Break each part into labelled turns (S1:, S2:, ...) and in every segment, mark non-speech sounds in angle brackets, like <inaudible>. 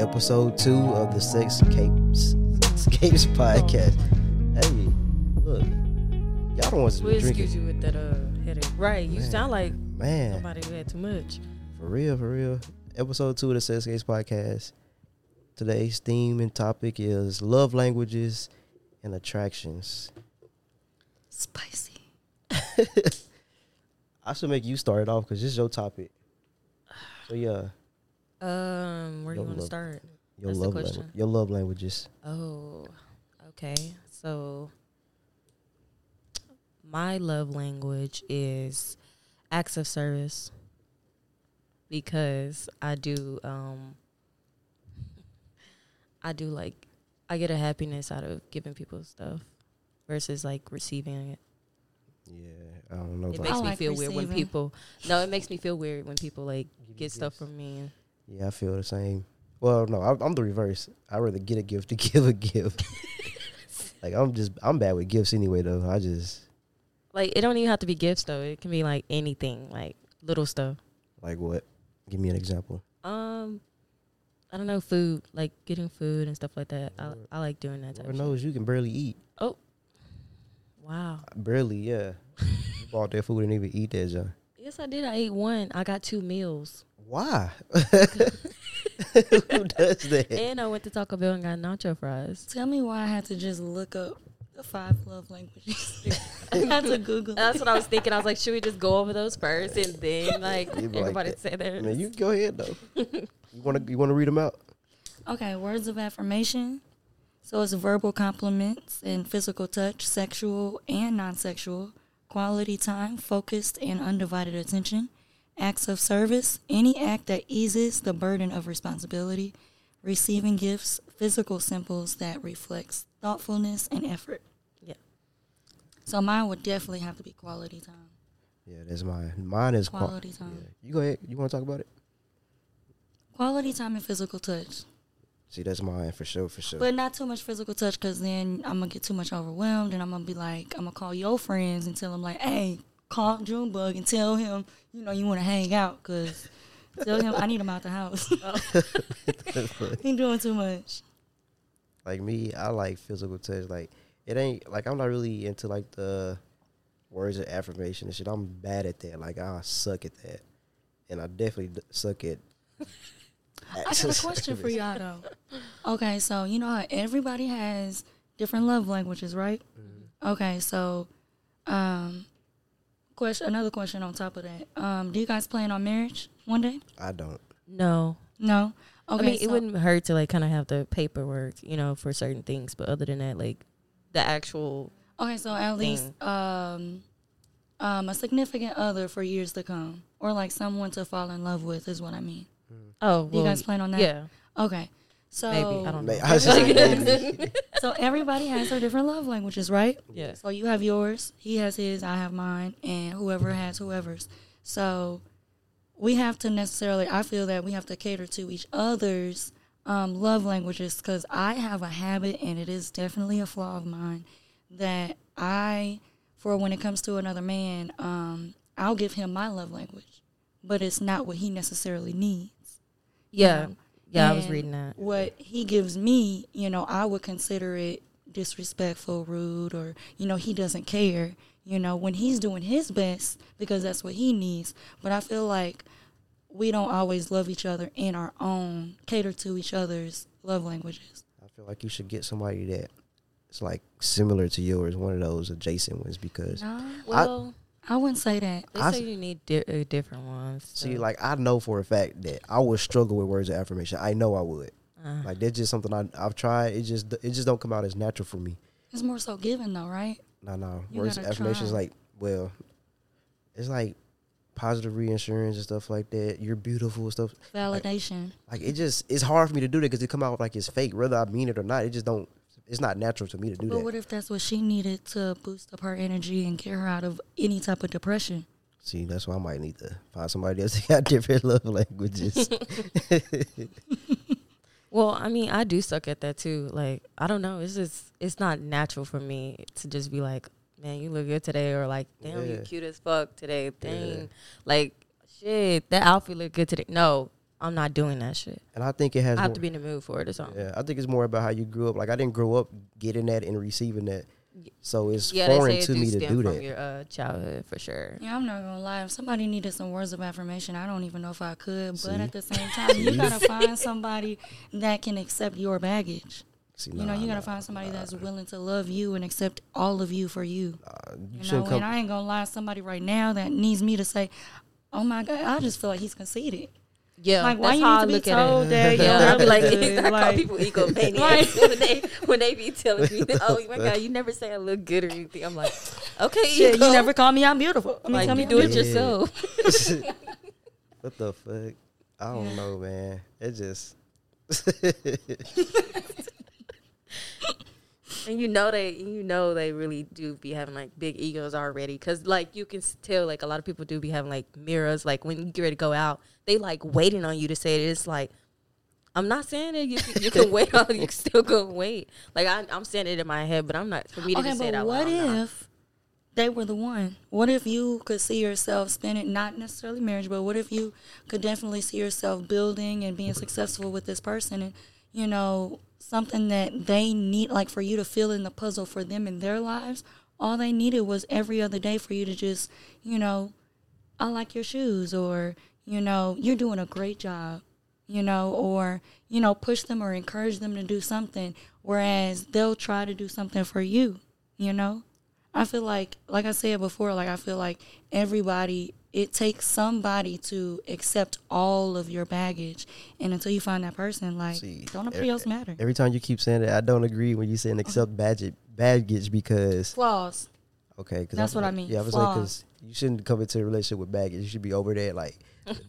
S1: episode two of the Sex Capes <laughs> Escapes
S2: Oh,
S1: podcast. Hey, look, y'all don't want to
S2: We'll
S1: be
S2: excuse
S1: drinking,
S2: you with that uh headache. Right. You
S1: Man.
S2: sound like
S1: man.
S2: somebody who had too much.
S1: For real, for real. Episode two of the Sex Gates podcast. Today's theme and topic is love languages and attractions.
S2: Spicy.
S1: I should make you start it off because this is your topic. So yeah,
S2: Um, where do
S1: Your
S2: you want
S1: love-
S2: to start?
S1: your
S2: That's the
S1: love
S2: question.
S1: langu- your love languages.
S2: Oh, okay. So my love language is acts of service because I do um <laughs> I do like I get a happiness out of giving people stuff versus like receiving it.
S1: Yeah, I don't know
S2: It
S1: about
S2: makes
S3: I
S2: me
S3: like
S2: feel weird when
S3: receiving.
S2: people No, it makes me feel weird when people like
S1: Give you
S2: get stuff
S1: gifts.
S2: from me.
S1: Yeah, I feel the same. Well, no, I, I'm the reverse. I rather get a gift to <laughs> give a gift. like I'm just I'm bad with gifts anyway. Though I just
S2: Like it don't even have to be gifts though. It can be like anything, like little stuff.
S1: like what? Give me an example.
S2: Um, I don't know, food like getting food and stuff like that. I, I like doing that type.
S1: Lord
S2: of shit.
S1: knows you can barely eat.
S2: Wow.
S1: Barely, yeah. <laughs> you bought their food and even eat that, John.
S2: Yes, I did. I ate one. I got two meals,
S1: Why? <laughs> Who does that?
S2: and I went to Taco Bell and got nacho fries.
S3: Tell me why I had to just look up the five love languages. <laughs> I had to Google.
S2: That's what I was thinking. I was like, should we just go over those first and
S1: <laughs>
S2: then like
S1: You be like
S2: everybody
S1: that.
S2: say there?
S1: Man, you go ahead though. You want to you want to read them out?
S3: Okay, words of affirmation. So it's verbal compliments and physical touch, sexual and non-sexual, quality time, focused and undivided attention, acts of service, any act that eases the burden of responsibility, receiving gifts, physical symbols that reflects thoughtfulness and effort.
S2: Yeah.
S3: So mine would definitely have to be quality time.
S1: Yeah, that's mine. Mine is qual-
S3: Quality time.
S1: Yeah. You go ahead. You want to talk about it?
S3: Quality time and physical touch,
S1: See, that's mine for sure, for sure.
S3: but not too much physical touch because then I'm gonna get too much overwhelmed and I'm gonna be like, I'm gonna call your friends and tell them like, hey, call Junebug and tell him, you know, you want to hang out because tell him I need him out the house. <laughs> he doing too much.
S1: like me, I like physical touch. Like it ain't like I'm not really into like the words of affirmation and shit. I'm bad at that. Like I suck at that, and I definitely d- suck at.
S4: <laughs> I got
S1: <laughs>
S4: a question for y'all though.
S3: Okay, so you know how everybody has different love languages, right?
S1: Mm-hmm.
S3: Okay, so um, question another question on top of that. Um, do you guys plan on marriage one day?
S1: I don't.
S2: No,
S3: No. Okay,
S2: I mean it
S3: so-
S2: wouldn't hurt to like kind of have the paperwork, you know, for certain things. But other than that, like the actual
S3: Okay, so at least
S2: Mm.
S3: um, um, a significant other for years to come, or like someone to fall in love with, is what I mean.
S2: oh,
S3: Do
S2: well,
S3: you guys plan on that?
S2: yeah,
S3: Okay. So
S2: maybe I don't know.
S1: May- I was
S4: <laughs>
S1: just like, maybe.
S3: So everybody has their different love languages, right?
S2: Yeah.
S3: So you have yours, he has his, I have mine, and whoever has whoever's. So we have to necessarily, I feel that we have to cater to each other's um, love languages because I have a habit, and it is definitely a flaw of mine, that I, for when it comes to another man, um, I'll give him my love language, but it's not what he necessarily needs
S2: Yeah.
S3: Um,
S2: Yeah, I was
S3: and
S2: reading that.
S3: What he gives me, you know, I would consider it disrespectful, rude, or, you know, he doesn't care, you know, when he's doing his best because that's what he needs. But I feel like we don't always love each other in our own, cater to each other's love languages.
S1: I feel like you should get somebody that it's like similar to yours, one of those adjacent ones because
S2: Well,
S3: I wouldn't say that.
S2: they
S1: I
S2: say
S1: s-
S2: you need di- uh, different ones.
S1: see,
S2: so-
S1: like I know for a fact that I would struggle with words of affirmation. I know I would.
S2: Uh.
S1: Like that's just something I I've tried. It just it just don't come out as natural for me.
S3: It's more so giving, though, right?
S1: No, no.
S3: You
S1: Words of
S3: gotta
S1: affirmation is
S3: try.
S1: like, well, it's like positive reinsurance and stuff like that. You're beautiful and stuff.
S3: Validation.
S1: Like it just it's hard for me to do that because it come out like it's fake, whether I mean it or not. It just don't. It's not natural to me to do
S3: But
S1: that.
S3: what if that's what she needed to boost up her energy and get her out of any type of depression?
S1: See, that's why I might need to find somebody else <laughs> that got different love languages.
S2: well, I mean, I do suck at that too. Like, I don't know. It's just it's not natural for me to just be like, man, you look good today, or like, damn, you
S1: Yeah.
S2: cute as fuck today. Dang,
S1: Yeah.
S2: like, shit, that outfit look good today. No, I'm not doing that shit.
S1: And I think it has
S2: I have
S1: more-
S2: to be in the mood for it or something.
S1: Yeah, I think it's more about how you grew up. Like I didn't grow up getting that and receiving that, so it's
S2: Yeah, they
S1: foreign
S2: say it
S1: to
S2: do
S1: me to
S2: stem
S1: do
S2: from
S1: that.
S2: your uh, childhood for sure.
S3: Yeah, I'm not gonna lie. If somebody needed some words of affirmation, I don't even know if I could. But
S1: See?
S3: at the same time, you gotta find somebody that can accept your baggage.
S1: See,
S3: you know,
S1: nah,
S3: you
S1: nah,
S3: gotta find somebody
S1: nah,
S3: that's willing to love you and accept all of you for you.
S1: nah. you
S3: You know,
S1: shouldn't
S3: and
S1: come.
S3: I ain't gonna lie. Somebody right now that needs me to say, "Oh my God," I just feel like he's conceited.
S2: Yeah,
S3: Like, why
S2: that's
S3: you
S2: how I
S3: need to
S2: look
S3: be
S2: at it. <laughs>
S3: told <laughs> that?
S2: Yeah,
S3: Yeah,
S2: I'll be like, <laughs>
S3: good,
S2: I call
S3: like-
S2: people egomaniacs <laughs> when they when they be telling me, that, "Oh my
S3: <laughs>
S2: god, you never say I look good or anything." I'm like, okay,
S3: Shit, you
S2: ego.
S3: never call me. I'm beautiful. I mean,
S2: like
S3: tell
S2: you
S3: me
S2: do it
S1: beautiful.
S2: yourself.
S1: What the fuck? I don't know, man. It just
S2: <laughs> And you know they, you know they really do be having like big egos already, because like you can s- tell like a lot of people do be having like mirrors. Like when you get ready to go out, they like waiting on you to say it. It's like I'm not saying that you can- you
S3: <laughs>
S2: can wait on you still gonna wait. Like I, I'm saying it in my head, but I'm not for me to
S3: okay,
S2: just say it
S3: but
S2: out
S3: what
S2: loud, nah.
S3: if they were the one? What if you could see yourself spending not necessarily marriage, but what if you could definitely see yourself building and being successful with this person and you know, something that they need like for you to fill in the puzzle for them in their lives. All they needed was every other day for you to just, you know, I like your shoes or, you know, you're doing a great job, you know, or, you know, push them or encourage them to do something. Whereas they'll try to do something for you, you know? I feel like, like I said before, like I feel like everybody, it takes somebody to accept all of your baggage. And until you find that person, like,
S1: See, e-
S3: don't nobody else matter.
S1: every time you keep saying that, I don't agree when you saying
S3: Uh-huh.
S1: accept baggage, baggage because
S3: Flaws.
S1: Okay, cause
S3: That's
S1: feel
S3: what I
S1: like-
S3: mean,
S1: Yeah, I was like,
S3: flaws.
S1: because you shouldn't come into a relationship with baggage. You should be over that.
S3: <laughs>
S1: Like,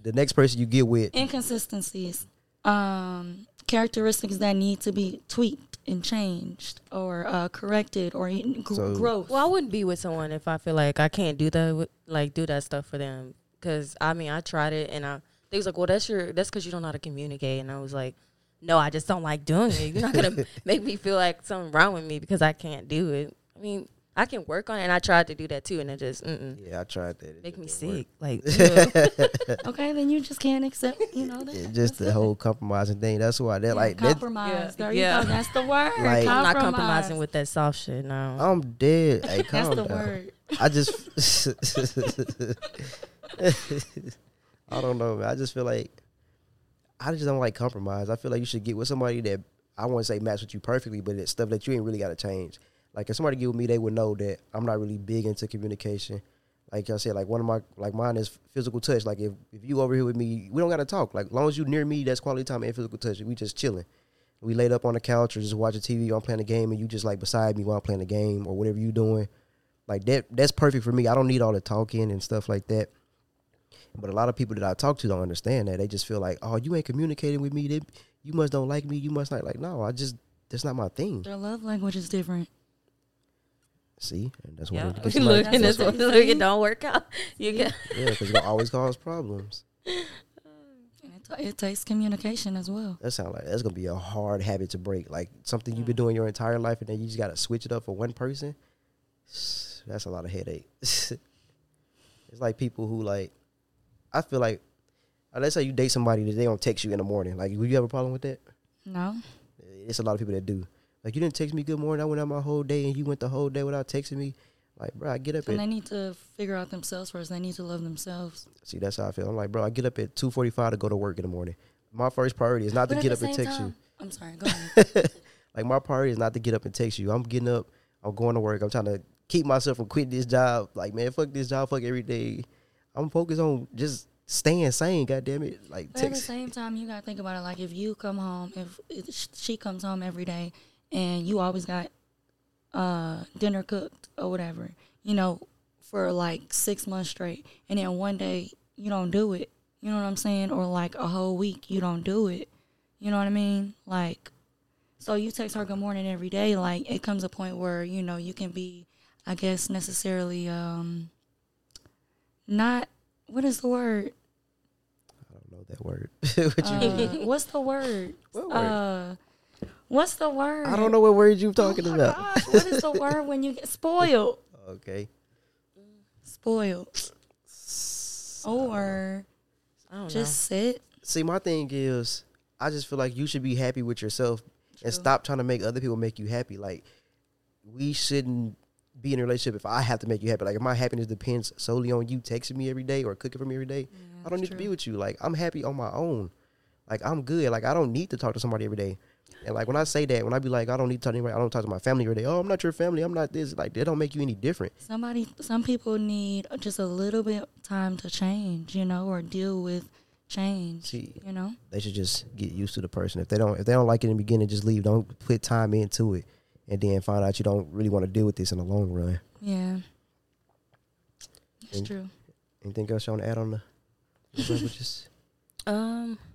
S1: the next person you get with,
S3: inconsistencies, um, characteristics that need to be tweaked and changed or uh, corrected or in- gr-
S1: So-
S3: growth.
S2: Well, I wouldn't be with someone if I feel like I can't do that, with- like do that stuff for them. Because I mean, I tried it, and I they was like, "Well, that's your that's because you don't know how to communicate." And I was like, "No, I just don't like doing it. You're
S1: <laughs>
S2: not gonna make me feel like something wrong with me because I can't do it. I mean, I can work on it, and I tried to do that too, and it just mm-mm,
S1: yeah, I tried that. It
S2: make me
S1: didn't work.
S2: sick.
S1: <laughs>
S2: Like, <laughs> ew.
S3: okay, then you just can't accept, you
S1: <laughs>
S3: know, that.
S1: Yeah, just
S3: <laughs>
S1: the whole compromising thing. That's why that,
S3: Yeah,
S1: like, that,
S3: compromise.
S2: Yeah,
S3: There
S2: yeah.
S3: you go. That's the word.
S1: <laughs> Like-
S2: I'm
S3: compromise.
S2: not compromising with that soft shit. No,
S1: I'm dead. Hey,
S3: <laughs> That's
S1: calm
S3: the
S1: down.
S3: word.
S1: I just, <laughs> I don't know, man. I just feel like, I just don't like compromise. I feel like you should get with somebody that, I wouldn't say match with you perfectly, but it's stuff that you ain't really got to change. Like, if somebody get with me, they would know that I'm not really big into communication. Like I said, like one of my like mine is physical touch. Like if, if you over here with me, we don't gotta talk. Like long as you near me, that's quality time and physical touch. We just chilling. We laid up on the couch or just watching TV. I'm playing a game and you just like beside me while I'm playing a game or whatever you doing. Like that that's perfect for me. I don't need all the talking and stuff like that. But a lot of people that I talk to don't understand that. They just feel like, oh, you ain't communicating with me. They, you must don't like me. You must not like. No, I just that's not my thing.
S3: Their love language is different.
S1: See, and that's
S2: <laughs> yeah,
S1: what it
S2: look,
S1: gets my-
S2: and
S1: that's
S2: that's
S1: what-
S2: what look, it don't work out. <laughs> You get
S1: yeah, because it always cause problems.
S3: And it, t- it takes communication as well.
S1: That sound like that's gonna be a hard habit to break. Like something
S2: Mm.
S1: you've been doing your entire life, and then you just gotta switch it up for one person. <sighs> That's a lot of headache. <laughs> it's like people who like. I feel like, uh, let's say you date somebody that they don't text you in the morning. Like, would you have a problem with that?
S3: No?
S1: It's a lot of people that do. Like, you didn't text me good morning. I went out my whole day, and you went the whole day without texting me. Like, bro, I get up
S3: And
S1: at
S3: they need to figure out themselves first. They need to love themselves.
S1: see. That's how I feel. I'm like, bro, I get up at two forty five to go to work in the morning. My first priority is not to
S3: But
S1: get
S3: at
S1: up
S3: the
S1: and
S3: same
S1: text you.
S3: time- I'm sorry. Go
S1: <laughs>
S3: ahead.
S1: like my priority is not to get up and text you. I'm getting up. I'm going to work. I'm trying to keep myself from quitting this job. Like man, fuck this job. Fuck every day. I'm focused on just staying sane. God damn it. Like
S3: But at the
S1: text.
S3: same time, you gotta think about it. Like if you come home, if it- sh- she comes home every day, and you always got uh, dinner cooked or whatever, you know, for like six months straight, and then one day you don't do it. You know what I'm saying? Or like a whole week you don't do it. You know what I mean? Like, so you text her good morning every day. Like it comes a point where you know you can be, I guess, necessarily um, not. What is the word?
S1: I don't know that word. <laughs> what you
S3: Uh, what's the word?
S1: What
S3: <laughs>
S1: word?
S3: Uh, what's the word?
S1: I don't know what word you talking
S3: Oh my
S1: about.
S3: gosh, what
S1: <laughs>
S3: is the word when you get spoiled?
S1: Okay.
S3: Spoiled. Or Oh,
S2: I don't know.
S1: Oh,
S3: just sit.
S1: see, my thing is, I just feel like you should be happy with yourself
S3: True.
S1: and stop trying to make other people make you happy. Like, we shouldn't be in a relationship if I have to make you happy. Like, if my happiness depends solely on you texting me every day or cooking for me every day, I don't need to be with you. Like, I'm happy on my own. Like, I'm good. Like, I don't need to talk to somebody every day. And like when I say that, when I be like, I don't need to talk to anybody. I don't talk to my family every day. Oh, I'm not your family. I'm not this. Like, that don't make you any different.
S3: Somebody, some people need just a little bit time to change, you know, or deal with change,
S1: See,
S3: you know.
S1: they should just get used to the person. If they don't, if they don't like it in the beginning, just leave. Don't put time into it, and then find out you don't really want to deal with this in the long run.
S3: Yeah, it's
S1: And-
S3: true.
S1: Anything else you want to add on the the level? just
S2: Um,
S1: <laughs>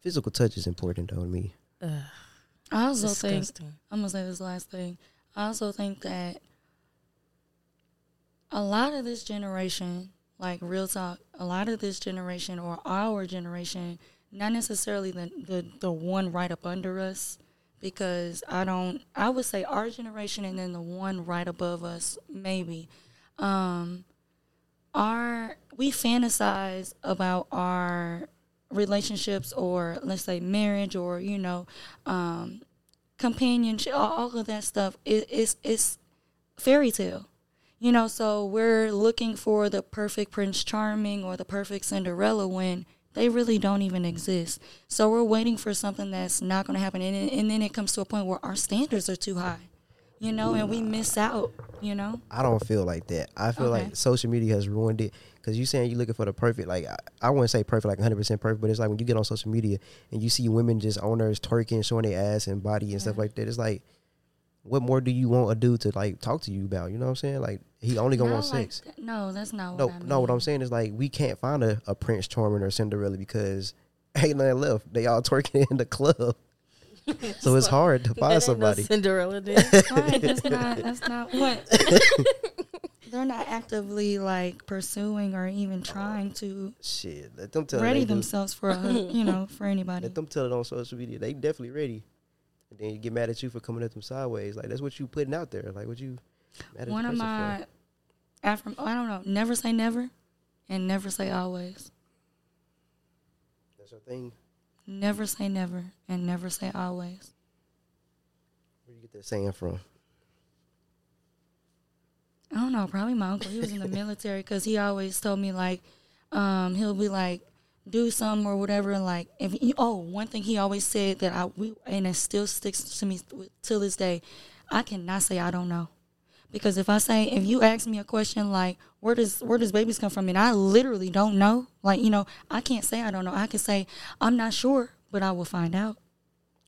S1: physical touch is important though to me.
S2: ugh,
S3: I also think
S2: disgusting.
S3: I'm gonna say this last thing. I also think that a lot of this generation, like real talk, a lot of this generation or our generation, not necessarily the the, the one right up under us, because I don't. I would say our generation and then the one right above us, maybe. Um, our we fantasize about our relationships or let's say marriage or you know um, companionship, all, all of that stuff. It, it's it's fairy tale, you know. So we're looking for the perfect Prince Charming or the perfect Cinderella when they really don't even exist. So we're waiting for something that's not going to happen, and, then- and then it comes to a point where our standards are too high, you know, and we miss out, you know.
S1: I don't feel like that. I feel
S3: Okay.
S1: like social media has ruined it because you saying you're looking for the perfect. Like I, I wouldn't say perfect, like 100 percent perfect, but it's like when you get on social media and you see women just on there twerking, showing their ass and body and stuff like that. It's like, what more do you want a dude to like talk to you about? You know what I'm saying? Like he only gonna
S3: Not
S1: want
S3: like
S1: sex.
S3: that. No, that's not
S1: No,
S3: what I mean.
S1: no. What I'm saying is like we can't find a, a Prince Charming or Cinderella because <laughs> ain't nothing left. They all twerking in the club, so <laughs> it's hard to
S2: That
S1: find
S2: ain't no
S1: somebody.
S2: Cinderella then. <laughs>
S3: Right, that's not that's
S1: <laughs>
S3: not what <laughs> they're not actively like pursuing or even trying to
S1: Shit, let them tell it
S3: ready
S1: they do.
S3: themselves for a, you know for anybody.
S1: Let them tell it on social media. They definitely ready. And then you get mad at you for coming at them sideways. Like that's what you putting out there. Like what you mad at the
S3: One of
S1: person for.
S3: my affirm I don't know, never say never, and never say always.
S1: That's your thing.
S3: Never say never, and never say always.
S1: Where you get that saying from?
S3: I don't know, probably my uncle. He was in the military because he always told me like, um, he'll be like, do something or whatever. And like, if you, oh, one thing he always said that I we and it still sticks to me th- till this day. I cannot say I don't know, because if I say if you ask me a question like where does where does babies come from and I literally don't know, like you know, I can't say I don't know. I can say I'm not sure, but I will find out.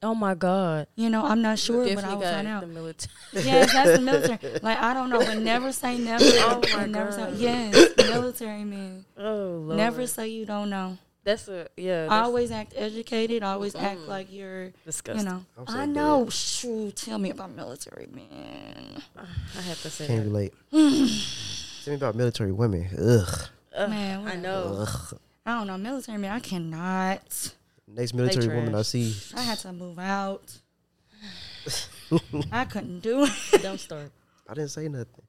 S2: oh my god.
S3: You know, I'm not sure, but I
S2: Definitely
S3: will
S2: got
S3: find out.
S2: the military.
S3: <laughs> Yes, that's the military.
S1: <laughs>
S3: Like I don't know, but
S2: <laughs>
S3: never say never.
S2: Oh, my
S3: And never
S2: God.
S3: Say, yes, military man.
S2: Oh lord.
S3: Never say you don't know.
S2: That's a yeah. That's
S3: Always act educated. Always act
S2: Mm.
S3: like you're, you
S2: disgusting.
S3: know.
S1: I'm so
S3: I
S1: dead.
S3: know. Shoot, tell me about military man. <sighs>
S2: I have to say
S1: Can't
S2: that.
S1: relate. Tell me about military women. Ugh.
S2: Ugh,
S3: Man,
S2: I
S3: whatever.
S2: know.
S1: Ugh.
S3: I don't know military man. I cannot.
S1: Next military woman I
S2: trash.
S1: see.
S3: I
S1: <laughs>
S3: had to move out. I couldn't do
S2: <laughs>
S3: it.
S2: Don't start.
S1: I didn't say nothing.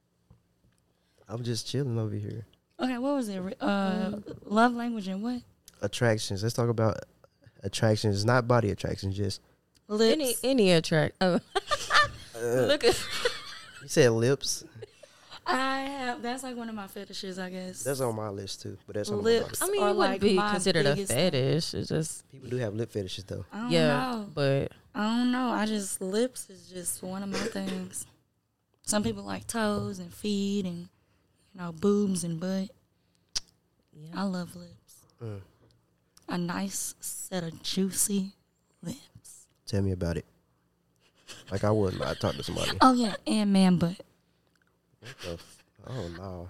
S1: I'm just chilling over here.
S3: Okay, what was it? Uh,
S2: Mm.
S3: love language and what?
S1: Attractions. Let's talk about attractions. Not body attractions. Just
S3: Lips.
S2: Any any attract. Oh. Look at
S1: uh, you said lips.
S3: I have. That's like one of my fetishes, I guess.
S1: That's on my list too. But that's on my
S3: lips.
S1: list.
S3: <laughs>
S2: I mean,
S3: are
S2: it wouldn't
S3: like
S2: be
S3: my
S2: considered a
S3: biggest-
S2: fetish. It's just
S1: People do have lip fetishes though.
S3: I don't
S2: yeah,
S3: know.
S2: but
S3: I don't know. I just lips is just one of my things. Some people like toes and feet and you know boobs and butt.
S2: yeah.
S3: I love lips.
S1: Mm.
S3: A nice set of juicy lips.
S1: Tell me about it. Like I would not talk to
S3: <laughs>
S1: somebody.
S3: Oh yeah, and man butt.
S1: So, oh no.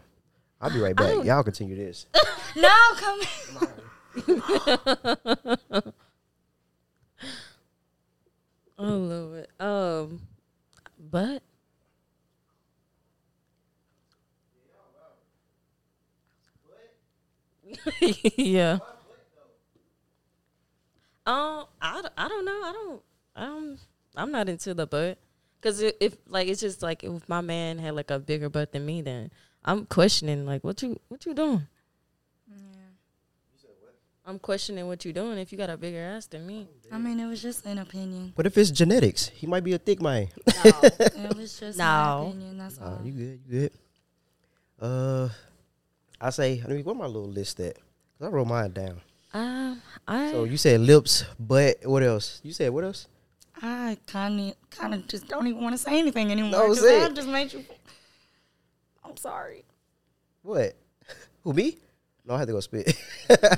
S1: I'll be right back. Y'all continue this.
S3: No, come.
S2: oh lord. Um, but <laughs> yeah. Um, I, d- I don't know. I don't. I'm I'm not into the butt because if, like it's just like if my man had like a bigger butt than me, then I'm questioning like what you what you doing. I'm questioning what you're doing if you got a bigger ass than me.
S3: I mean, it was just
S1: <laughs>
S3: an opinion.
S1: What if it's genetics? He might be a thick man.
S3: It was just an
S2: No.
S3: opinion. That's
S1: Uh,
S3: all.
S1: you good? You good? Uh, I say, I mean, where my little list at? 'Cause I wrote mine down.
S2: <laughs> Um, I
S1: So you said lips, butt. What else? You said what else?
S3: I kind of, kind of just don't even want to say anything anymore.
S1: No,
S3: 'cause
S1: say
S3: I
S1: it.
S3: just made you. I'm sorry.
S1: What? <laughs> Who me? No, I had to go spit.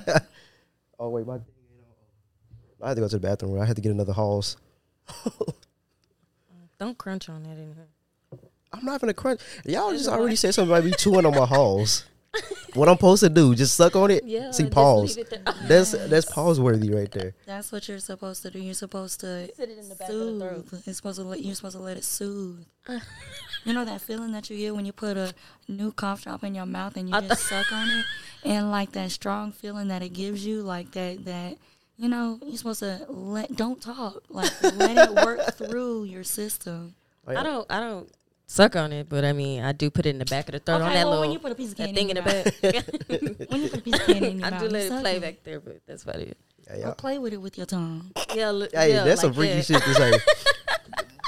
S1: <laughs> oh wait, my. thing ain't on. I had to go to the bathroom. I had to get another halls.
S2: don't crunch on that in here.
S1: I'm not gonna crunch. Y'all just already said something about me chewing on my
S2: <laughs>
S1: halls. what I'm supposed to do? Just suck on it.
S2: Yeah,
S1: See
S2: just
S1: pause.
S2: leave it there. <laughs>
S1: That's that's pause worthy right there.
S3: That's what you're supposed to do. You're supposed to
S2: Sit it in the back of the
S3: soothe.
S2: throat.
S3: It's supposed to let you're supposed to let it <laughs> soothe. you know that feeling that you get when you put a new cough drop in your mouth and you
S2: I
S3: just suck on it, and like that strong feeling that it gives you, like that that you know you're supposed to let don't talk, like let it <laughs> work through your system.
S2: I don't. I don't suck on it, but I mean, I do put it in the back of the throat on
S3: okay,
S2: that
S3: well,
S2: little
S3: when you put a piece of
S2: that
S3: candy
S2: thing in the
S3: your
S2: back. <laughs>
S3: mouth- when you put a piece of candy in your
S2: I
S3: mouth,
S2: do
S3: you
S2: let it
S3: suck
S2: play back there, but that's about it.
S1: Yeah,
S3: Or
S1: y'all-
S3: play with it with your tongue.
S2: Yeah, li-
S1: Hey,
S2: yeah,
S1: that's some
S2: like
S1: freaky
S2: that.
S1: shit to
S2: <laughs>
S1: say.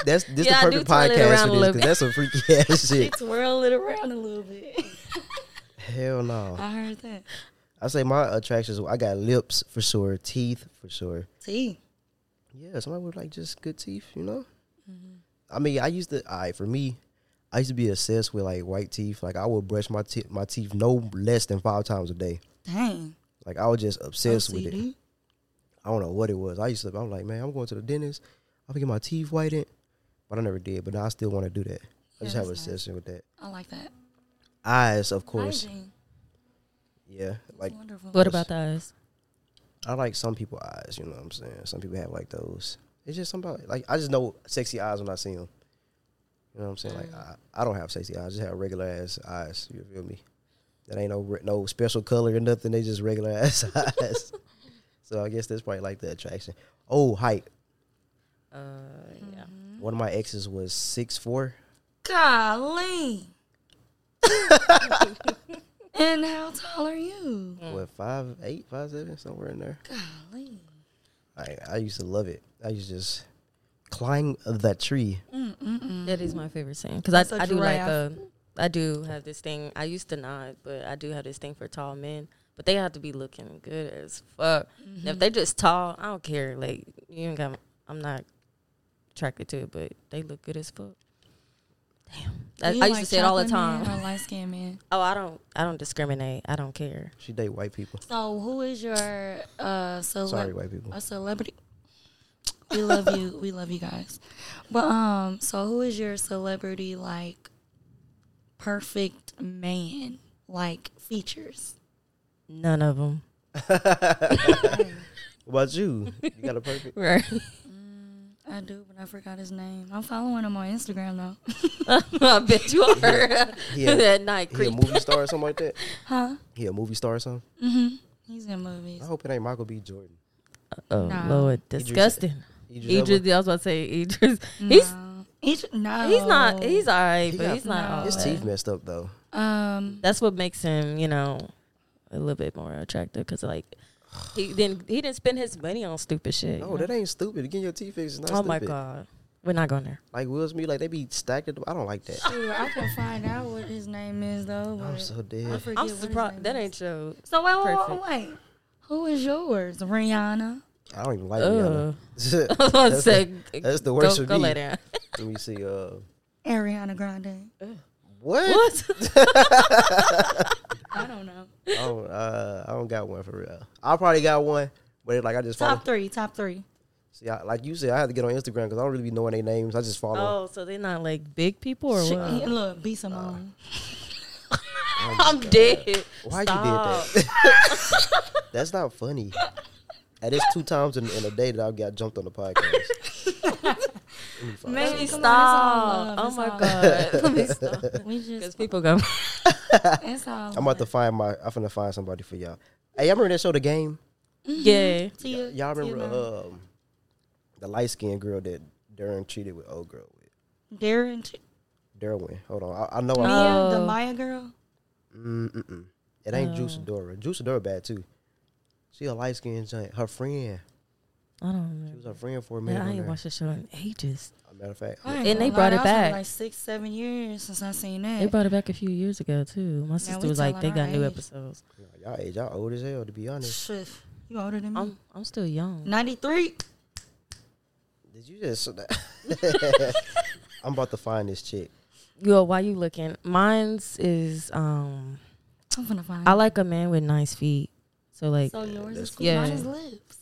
S1: That's this
S2: Yeah, I
S1: the
S2: do
S1: perfect
S2: twirl it around
S1: podcast
S2: a
S1: for this
S2: little
S1: because that's some freaky <laughs> ass
S2: <laughs>
S1: shit.
S3: Twirl it around a little bit.
S1: Hell no.
S3: I heard <laughs> that.
S1: I say my attractions. I got lips for sure, teeth for sure.
S3: See,
S1: Yeah, somebody with like just good teeth, you know.
S3: Mm-hmm.
S1: I mean, I used to. I for me, I used to be obsessed with like white teeth. Like I would brush my teeth, my teeth no less than five times a day.
S3: dang.
S1: Like I was just obsessed
S3: Oh,
S1: with it.
S3: OCD.
S1: I don't know what it was. I used to. I'm like, man, I'm going to the dentist. I'm gonna get my teeth whitened, but I never did. But now I still want to do that. I just
S3: Yeah,
S1: have an
S3: that's nice.
S1: obsession with that.
S3: I like that.
S1: Eyes, of course.
S3: Hygiene.
S1: Yeah, like
S3: That's wonderful.
S2: What about the eyes?
S1: I like some people eyes. You know what I'm saying? Some people have like those. It's just something about like I just know sexy eyes when I see them. You know what I'm saying? Like I, I don't have sexy eyes. I just have regular ass eyes. You feel me? That ain't no re- no special color or nothing. They just regular <laughs> ass eyes. So I guess that's probably like the attraction. Oh, height.
S2: Uh, yeah.
S1: One of my exes was six four.
S3: Golly. <laughs> and how tall are you?
S1: What five eight five seven somewhere in there.
S3: Golly.
S1: I I used to love it. I used to just climb that tree.
S2: That is my favorite saying
S3: That's
S2: because
S3: a
S2: I, I do like
S3: giraffe.
S2: uh, I do have this thing. I used to not, but I do have this thing for tall men. But they have to be looking good as fuck.
S3: Mm-hmm.
S2: And if they just tall, I don't care. Like you ain't got. I'm not attracted to it, but they look good as fuck. Damn, I,
S3: You
S2: I used
S3: like
S2: to say it all the time.
S3: chocolate Man or light skinned man.
S2: <laughs> Oh, I don't. I don't discriminate. I don't care.
S1: She date white people.
S3: So who is your uh celeb-
S1: Sorry, white people.
S3: a celebrity? We love you. We love you guys. But um, so who is your celebrity like perfect man? Like features.
S2: None
S1: <laughs>
S2: of them.
S1: What about you? You got a perfect.
S2: Right. <laughs>
S3: Mm, I do, but I forgot his name. I'm following him on Instagram though. <laughs>
S2: I bet you are.
S1: Yeah.
S2: <laughs> that night
S1: He a
S2: creep.
S1: movie star or something like that?
S3: Huh?
S1: He a movie star or something?
S3: Mm-hmm. He's in movies.
S1: I hope it ain't Michael B. Jordan.
S2: Oh
S3: Nah.
S2: Lord,
S1: Idris-
S2: disgusting.
S1: Idris
S2: Idris,
S1: Elba?
S2: I was about to say Idris. He's
S3: no. He's, no.
S2: he's not. He's
S3: Oh.
S2: all right,
S1: He
S2: but
S1: got-
S2: he's not. all
S1: His
S2: that.
S1: teeth messed up though.
S3: um.
S2: That's what makes him, you know, a little bit more attractive. Cause like he didn't he didn't spend his money on stupid shit. you
S1: No,
S2: know?
S1: Oh, that ain't stupid. Getting your teeth fixed is not
S2: oh
S1: stupid.
S2: my god, we're not going there.
S1: Like Will Smith, like they be stacked. at the- I don't like that.
S3: Dude, I can find out what his name is though.
S1: I'm
S3: but
S1: so
S3: I
S1: dead.
S3: forget
S2: I'm
S3: what his name
S2: surprised that
S3: is.
S2: ain't your.
S3: So wait, wait, wait,
S2: perfect.
S3: wait, wait. Who is yours, Rihanna?
S1: I don't even like
S2: Ugh.
S1: Rihanna.
S2: <laughs> I was about to
S1: That's
S2: say,
S1: <laughs> that's the worst
S2: Go,
S1: for
S2: go
S1: me.
S2: lay down.
S1: Let me see. Uh,
S3: Ariana Grande.
S1: what?
S2: What?
S3: I don't know.
S1: I don't, uh, I don't got one for real. I probably got one, but it, like I just follow.
S3: Top three. Top three.
S1: See, I, like you said, I had to get on Instagram because I don't really be knowing their names. I just follow.
S2: Oh, so they're not like big people or
S3: She,
S2: what? Oh,
S3: look, B Simone.
S2: <laughs> I'm dead.
S1: Oh Why
S2: Stop.
S1: <laughs> you did that? That's not funny. That is two times in, in a day that I got jumped on the podcast.
S3: Maybe
S2: Stop. Oh my god. <laughs> Let me stop.
S1: <laughs>
S3: We just.
S2: Because people go.
S3: It's all.
S1: I'm about to find my. I'm finna find somebody for y'all. Hey, y'all remember that show, The Game?
S2: yeah.
S3: Mm-hmm. Tia,
S1: Y'all
S3: Tia
S1: remember
S3: Murray.
S1: um, the light skinned girl that Darren cheated with old girl with?
S3: Darren, T-
S1: Darwin. Hold on. I, I know.
S3: Mia,
S1: I,
S3: the
S2: uh, Oh.
S3: Maya girl.
S1: mm, mm, mm. It ain't Juice Adora. Juice Adora bad too. She a light skinned giant. Her friend.
S2: I don't
S1: She
S2: remember.
S1: was her friend for a minute.
S2: Man, I
S1: on
S2: ain't
S1: there.
S2: watched the show in ages.
S1: As a matter of fact,
S3: I ain't
S2: And they
S3: gonna
S2: brought it
S3: lie, I was only
S2: back.
S3: Like six, seven years since I seen that.
S2: They brought it back a few years ago too. My sister
S3: we
S2: was like, they
S3: telling
S2: got
S3: our
S2: new
S3: age.
S2: episodes.
S1: y'all age, y'all old as hell. To be honest,
S3: Shit, you older than me.
S2: I'm I'm still young.
S3: 93.
S1: did you just? <laughs> I'm about to find this chick.
S2: Yo, why you looking? Mine's is um.
S3: I'm gonna find.
S2: I like a man with nice feet. So like,
S3: so yours
S1: that's
S3: is cool.
S2: cool.
S3: Mine
S2: Yeah.
S3: is lips.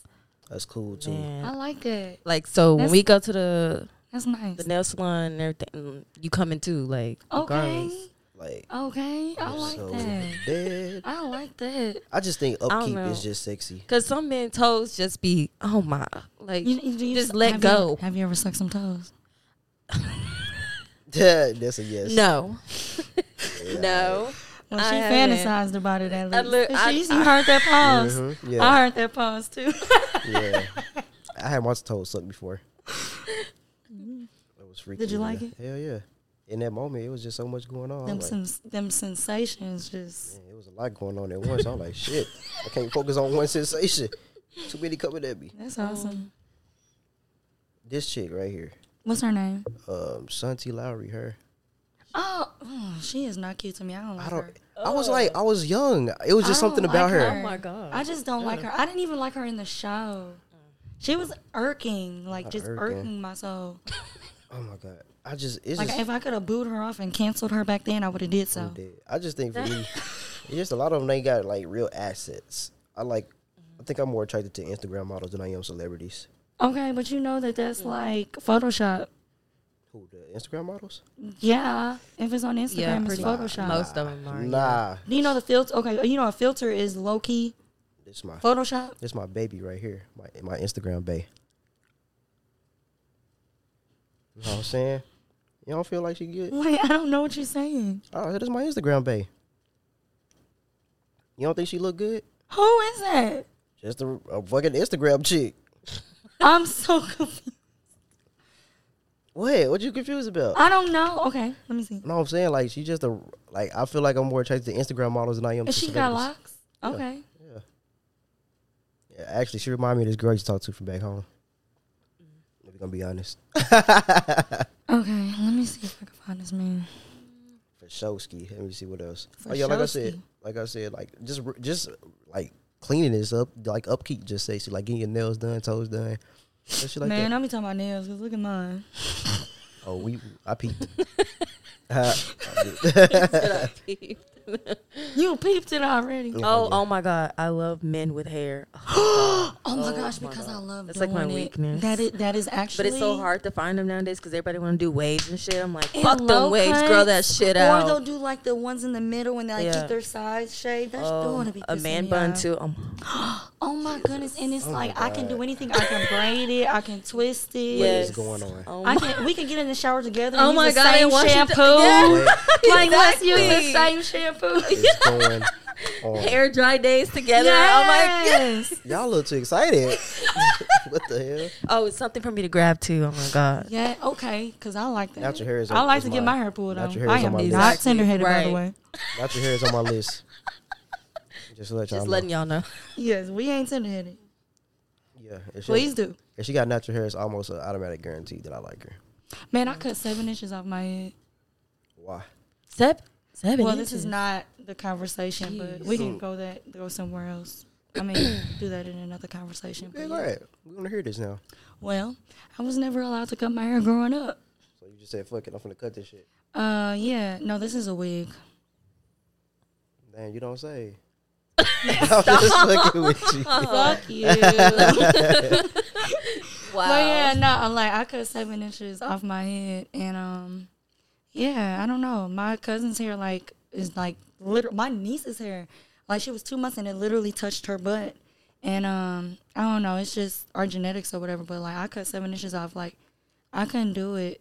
S1: That's cool too.
S2: man.
S3: I like it.
S2: like so when
S3: That's-
S2: we go to the
S3: That's nice.
S2: the nail salon and everything, mm, you coming too. Like
S3: Okay.
S2: regardless.
S1: Like
S3: Okay. I
S1: you're
S3: like
S1: so
S3: that.
S1: dead.
S3: I like that.
S1: I just think
S2: don't
S1: upkeep is
S2: know.
S1: just sexy. <laughs>
S2: Cause some men toes just be oh my like
S3: You, you- you-
S2: just let
S3: have
S2: go.
S3: You, have you ever sucked some toes?
S1: That's a yes.
S2: no
S1: Yeah.
S2: no
S3: Well,
S2: I
S3: she
S2: haven't.
S3: fantasized about it at
S2: I
S3: least.
S2: look-
S3: She-
S2: I-
S3: you heard that pause.
S1: Mhm, <laughs> Yeah.
S3: I heard that
S1: <laughs>
S3: pause too.
S1: yeah. I had my toes sucked before. It was freaky.
S3: Did you
S1: yeah.
S3: like it?
S1: Hell yeah. In that moment, it was just so much going on. I'm
S3: them
S1: like,
S3: sens- them sensations just.
S1: man, it was a lot going on at once. I'm like, shit, I can't focus on one sensation. Too many coming at me.
S2: Oh.
S3: That's awesome.
S1: This chick right here,
S3: What's her name?
S1: um, Shanti Lowry, her.
S3: Oh, mm, she is not cute to me. I don't like
S1: I don't.
S3: her.
S1: I was like, I was young. It was
S3: Oh. I
S1: just something
S3: don't
S1: about
S3: like
S1: her.
S2: Oh my God.
S3: I just don't like her. I didn't even like her in the show. She was irking, like
S1: Not
S3: just irking.
S1: irking.
S3: my soul.
S1: Oh my god. I just. It's
S3: Like
S1: just.
S3: if I could have booed her off and canceled her back then, I would have did
S1: I'm
S3: so.
S1: dead. I just think for
S3: <laughs>
S1: me, it's just a lot of them. They got like real assets. I like. I think I'm more attracted to Instagram models than I am celebrities.
S3: Okay, but you know that that's like Photoshop.
S1: Who the Instagram models?
S3: Yeah, if it's on Instagram,
S2: Yeah,
S3: it's
S2: pretty-
S3: Photoshop.
S2: most of them are yeah.
S1: Nah,
S3: Do you know the filter? Okay, you know a filter is low key
S1: this is my
S3: Photoshop. <laughs>
S1: this my baby right here. My my Instagram bae. You know what I'm saying? You don't feel like she good?
S3: Wait, I don't know what you're saying.
S1: Oh, this is my Instagram bae. You don't think she look good?
S3: Who
S1: <laughs>
S3: is that?
S1: Just a, a fucking Instagram chick.
S3: I'm so confused.
S1: What? What you confused about?
S3: I don't know. Okay, let me see.
S1: No, I'm saying like she just a like I feel like I'm more attracted to Instagram models than I am.
S3: Is
S1: to
S3: she got
S1: celebrities.
S3: locks? Okay.
S1: Yeah, actually, she remind me of this girl I used to talk to from back home. If we're gonna be
S3: <laughs>
S1: honest,
S3: Okay, let me see if I can find this man.
S1: for Showski. Let me see what else. oh yeah, like I said, like I said, like just r- just like cleaning this up, like upkeep. Just say she like getting your nails done, toes done, and shit like
S3: man,
S1: that.
S3: I'm be talking about nails because look at mine.
S1: oh, we I
S3: <laughs>
S1: peeped. Uh,
S3: You peeped it already.
S2: <laughs> oh oh my god I love men with hair <gasps>
S3: <gasps> Oh my gosh,
S2: my
S3: because
S2: God.
S3: I love
S2: That's, like,
S3: doing
S2: my
S3: it.
S2: weakness.
S3: That is that is actually.
S2: but it's so hard to find them nowadays because everybody want to do waves and shit I'm like
S3: And
S2: fuck
S3: low
S2: them waves grow that
S3: cuts,
S2: shit
S3: Or they'll
S2: out
S3: do like the ones in the middle and they like
S2: Yeah.
S3: keep their sides shaved. That's
S2: Oh,
S3: going to be
S2: a
S3: pissing
S2: man
S3: me
S2: bun
S3: off.
S2: too um,
S3: Oh my goodness! And it's like I can do anything. I can braid it. I can twist it.
S2: Yes.
S1: what's going on?
S2: oh
S3: I
S2: my-
S3: can. We can get in the shower together.
S2: Oh
S3: and
S2: my
S3: use the
S2: God,
S3: Same
S2: in Washington-
S3: shampoo. <laughs> Like let's use the
S2: Exactly.
S3: same shampoo.
S1: It's
S3: <laughs>
S1: going on.
S2: <laughs> hair dry days together I'm like <laughs> yeah.
S3: Yes.
S1: Y'all a little too excited. <laughs> what the hell?
S2: oh it's something for me to grab too oh my god
S3: Yeah, okay, because I like that.
S1: Not your hair is
S3: I
S1: on-
S3: like
S1: is
S3: to get
S1: my-
S3: my hair pulled
S1: not
S3: on.
S1: your hair
S3: I
S1: is on
S3: am
S1: my
S3: not
S2: list.
S3: tender headed, by the
S2: Right.
S3: way.
S1: Not your hair is on my
S3: <laughs>
S1: list. Just to let y'all
S2: just
S1: know.
S2: letting y'all know
S3: Yes, we ain't tender headed.
S1: Yeah, if she,
S3: Please do.
S1: if she got natural hair, it's almost an automatic guarantee that I like her.
S3: Man, I cut seven inches off my head.
S1: Why?
S2: Sep seven
S3: Well, this is
S2: inches.
S3: not the conversation, but we can go that go somewhere else. I mean, do that in another conversation.
S1: Yeah,
S3: but
S1: go
S3: yeah.
S1: ahead. We're gonna hear this now.
S3: Well, I was never allowed to cut my hair growing up.
S1: So you just said, "Fuck it, I'm gonna cut this shit."
S3: Uh, yeah. No, this is a wig.
S1: Damn, you don't
S3: <laughs>
S1: say. <laughs> I'm just fucking with you.
S3: Fuck you.
S2: wow
S1: <laughs>
S3: But yeah, no, I'm like I cut seven inches off my head, and um, yeah, I don't know. My cousin's hair like is like literal. My niece's hair, like she was two months and it literally touched her butt, and um, I don't know. It's just our genetics or whatever. But like I cut seven inches off, like I couldn't do it.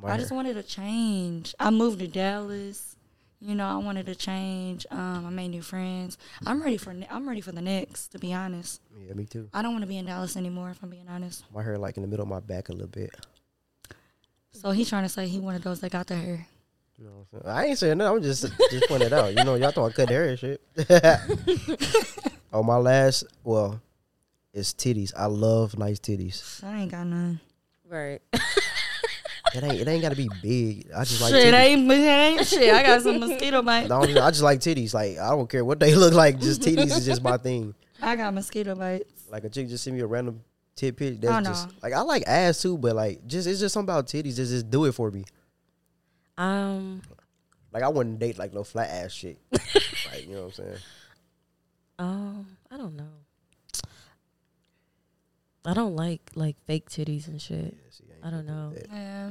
S1: My
S3: I
S1: hair.
S3: just wanted a change. I moved to Dallas. You know, I wanted to change. Um, I made new friends. I'm ready for ne- I'm ready for the next. To be honest,
S1: yeah, me too.
S3: I don't want to be in Dallas anymore. If I'm being honest.
S1: My hair like in the middle of my back a little bit.
S3: So he's trying to say he one of those that got the hair.
S1: You know <laughs> what I'm saying? I ain't saying nothing. I'm just just pointing it out. You know, y'all thought I cut hair and shit. Oh, my last well, it's titties. I love nice titties.
S3: I ain't got none.
S2: <laughs> Right. <laughs>
S1: It ain't it ain't gotta be big. I just like
S3: shit,
S1: titties.
S3: ain't, it <laughs> ain't shit. I got
S1: <laughs>
S3: some mosquito bites.
S1: I, don't, I just like titties. Like I don't care what they <laughs> look like. Just titties is just
S3: <laughs>
S1: my thing.
S3: I got mosquito bites.
S1: Like a chick just send me a random tit pic. That's
S3: Oh, no.
S1: just like I like ass too, but like just it's just something about titties. Just just do it for me.
S2: Um.
S1: Like I wouldn't date like no flat ass
S3: <laughs>
S1: shit. like you know what I'm saying?
S2: Um. I don't know. I don't like like fake titties and shit. I don't know.
S4: Yeah.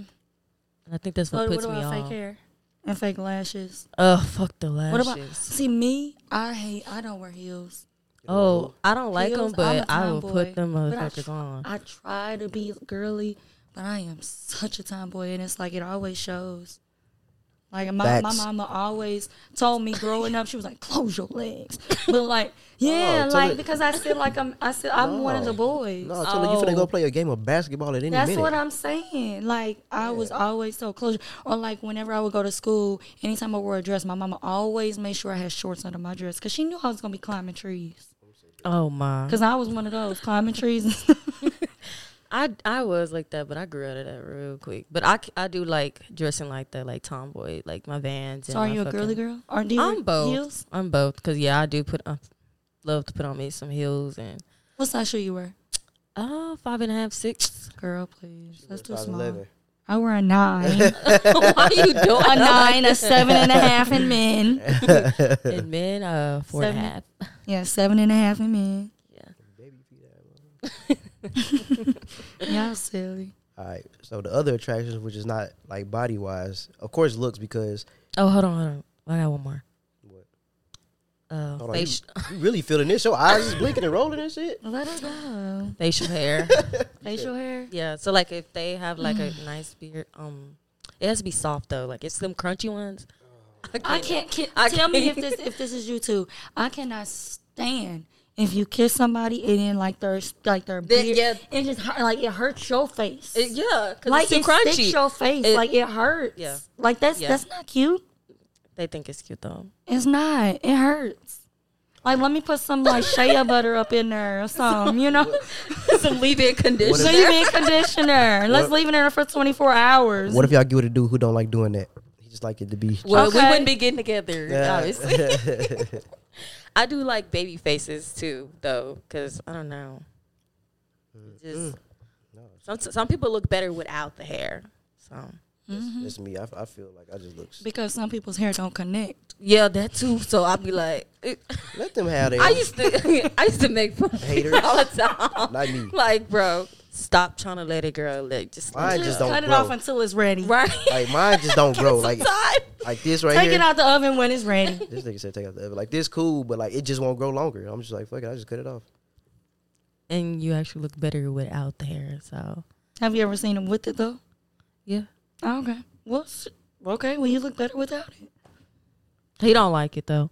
S2: And I think that's what
S4: What,
S2: puts
S4: what
S2: me
S4: about fake
S2: off.
S4: hair?
S3: And fake lashes.
S2: Oh fuck the
S3: What about-
S2: lashes.
S3: See me, I hate I don't wear heels.
S2: Oh, I don't like
S3: Heels,
S2: them,
S3: I'm
S2: but
S3: a
S2: I will
S3: tomboy,
S2: put them
S3: but I
S2: motherfuckers
S3: tr-
S2: on.
S3: I try to be girly, but I am such a tomboy and it's like it always shows. Like my, my
S1: Facts.
S3: mama always told me growing up, she was like, Close your legs. But like,
S1: <laughs>
S3: yeah,
S1: No, tell
S3: like
S1: it-
S3: because I feel like I'm I still I'm one of
S1: No.
S3: the boys.
S1: No, I'm telling you, you finna
S2: Oh.
S1: go play a game of basketball at any
S3: That's
S1: minute.
S3: what I'm saying. Like I was always so close, or like whenever I would go to school, anytime I wore a dress, my mama always made sure I had shorts under my dress because she knew I was gonna be climbing trees.
S2: Oh my.
S3: Because I was one of those climbing trees.
S2: I I was like that, but I grew out of that real quick. But I, c- I do like dressing like that, like tomboy, like my Vans. And
S3: so are
S2: my
S3: you a
S2: fucking-
S3: girly girl? Or do you wear
S2: I'm both.
S3: Heels?
S2: I'm both, cause yeah, I do put I love to put on me some heels and
S3: What size shoe you wear?
S2: uh five and a half,
S3: <laughs>
S2: six.
S3: Girl, please. That's too
S1: <laughs>
S3: small. <laughs>
S1: 5'11".
S3: I wear
S2: <laughs>
S3: a nine, <laughs>
S2: Why you doing
S3: a nine, a seven and a half
S2: <laughs>
S3: in men.
S2: And men, uh, four and a
S3: Seven.
S2: half.
S3: Yeah, seven and a half in men. Y'all silly.
S1: All right. So the other attractions, which is not like body wise, of course, looks because
S2: <laughs> Oh, hold on, hold on. I got one more.
S1: What?
S2: Uh,
S1: Hold on,
S2: faci-
S1: you really feeling this. Your eyes is blinking and rolling and shit.
S3: Let her go.
S2: facial hair.
S3: Facial hair.
S2: yeah. So like, if they have like <sighs> a nice beard, um, it has to be soft though. Like it's them crunchy ones.
S3: I can't. Ki-
S2: I
S3: tell me if
S2: can't.
S3: this if this is you too. I cannot stand if you kiss somebody and then like their like their
S2: Then,
S3: beard.
S2: yeah.
S3: It just hurt, like it hurts your face.
S2: It- yeah, cause
S3: like
S2: it's too
S3: it
S2: crunchy.
S3: sticks your face.
S2: It-
S3: like it hurts.
S2: Yeah.
S3: Like that's
S2: Yeah.
S3: that's not cute.
S2: They think it's cute though.
S3: It's not. It hurts. Like let me put some
S2: <laughs>
S3: like shea butter up in there or something. You know,
S2: <laughs> Some leave-in
S1: What
S2: conditioner.
S1: is-
S3: leave-in
S2: <laughs>
S3: conditioner. Let's leave it in there for twenty four hours.
S1: What if y'all get with a dude who don't like doing that? He just like it to be.
S2: Well, we
S3: Okay.
S2: wouldn't be getting together, obviously. I do like baby faces too, though, because I don't know. Just some some people look better without the hair. So
S1: That's me. I, I feel like I just look. s-
S3: Because some people's hair don't connect.
S2: yeah, that too. So I'd be like, <laughs> eh,
S1: Let them have their.
S2: I used to <laughs> I used to make fun of
S1: Haters.
S2: people all the time.
S1: Not me.
S2: Like, bro, stop trying to let a girl lick. Just
S1: Mine
S2: let
S1: just
S2: her-
S1: don't
S3: Cut it
S1: grow.
S3: off until it's
S1: <laughs>
S2: <laughs>
S3: ready.
S2: right.
S1: like mine just don't
S2: <laughs>
S1: grow. Like
S2: Sometimes.
S1: like this right
S3: Take
S1: here.
S3: it out the oven when it's ready.
S1: This nigga said take out the oven. Like this cool, but like it just won't grow longer. I'm just like fuck it. I just cut it off.
S2: and you actually look better without the hair. So
S3: Have you ever seen him with it though?
S2: yeah,
S3: Oh, okay. Well, s- okay. Well, you look better without it.
S2: he don't like it though.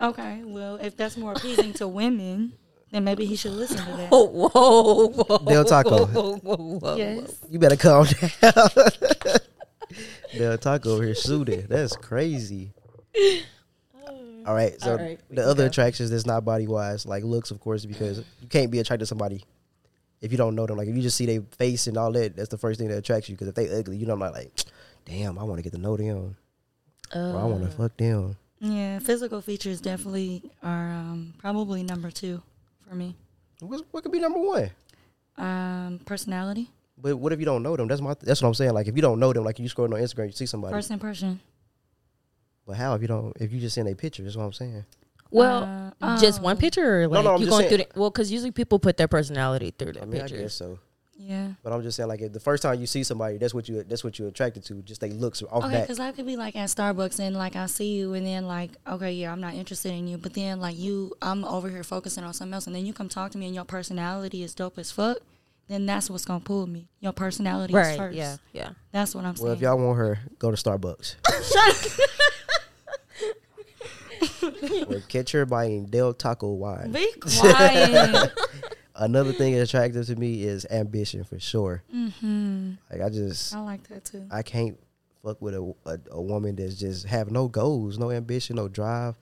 S3: Okay. Well, if that's more appeasing to women, then maybe he should listen to that.
S2: Oh, <laughs> whoa, whoa,
S1: Del Taco.
S2: <laughs> whoa, whoa, whoa.
S3: Yes.
S1: You better calm down. <laughs> the taco over here suited. That's crazy. All right. So
S2: All right, we
S1: the
S2: can
S1: other
S2: go.
S1: attractions that's not body wise, like looks, of course, because you can't be attracted to somebody if you don't know them. Like if you just see their face and all that, that's the first thing that attracts you. Because if they ugly, you know, I'm not like, damn, I want to get to know them. Or I
S3: Uh.
S1: want to fuck them.
S3: Yeah. Physical features definitely are um, probably number two for me.
S1: What's, what could be number one?
S3: Um, personality,
S1: But what if you don't know them? That's my. That's what I'm saying. Like if you don't know them, like you scrolling on Instagram, you see somebody.
S3: first impression.
S1: But how if you don't? If you just seeing a picture, that's what I'm saying.
S2: Well,
S3: Uh,
S2: just
S3: oh.
S2: one picture, or
S1: No,
S2: like
S1: no, I'm
S2: you
S1: just
S2: going
S1: saying-
S2: through? The, well, because usually people put their personality through their
S1: I mean, I guess
S2: pictures.
S1: so.
S3: Yeah.
S1: But I'm just saying, like, if the first time you see somebody, that's what you that's what you're attracted to. Just they looks off
S3: Okay,
S1: that.
S3: because I could be like at Starbucks and like I see you, and then like, okay, yeah, I'm not interested in you, but then like you, I'm over here focusing on something else, and then you come talk to me, and your personality is dope as fuck. Then that's what's gonna pull me. Your personality is
S2: Right?
S3: first.
S2: Yeah, yeah.
S3: that's what I'm saying.
S1: Well, if y'all want her, go to Starbucks. or catch her buying Del Taco wine.
S3: be
S1: <laughs>
S3: quiet.
S1: Another thing that's attractive to me is ambition for sure. Like I just
S3: Mm-hmm. I like that too.
S1: I can't fuck with a, a a woman that's just have no goals, no ambition, no drive.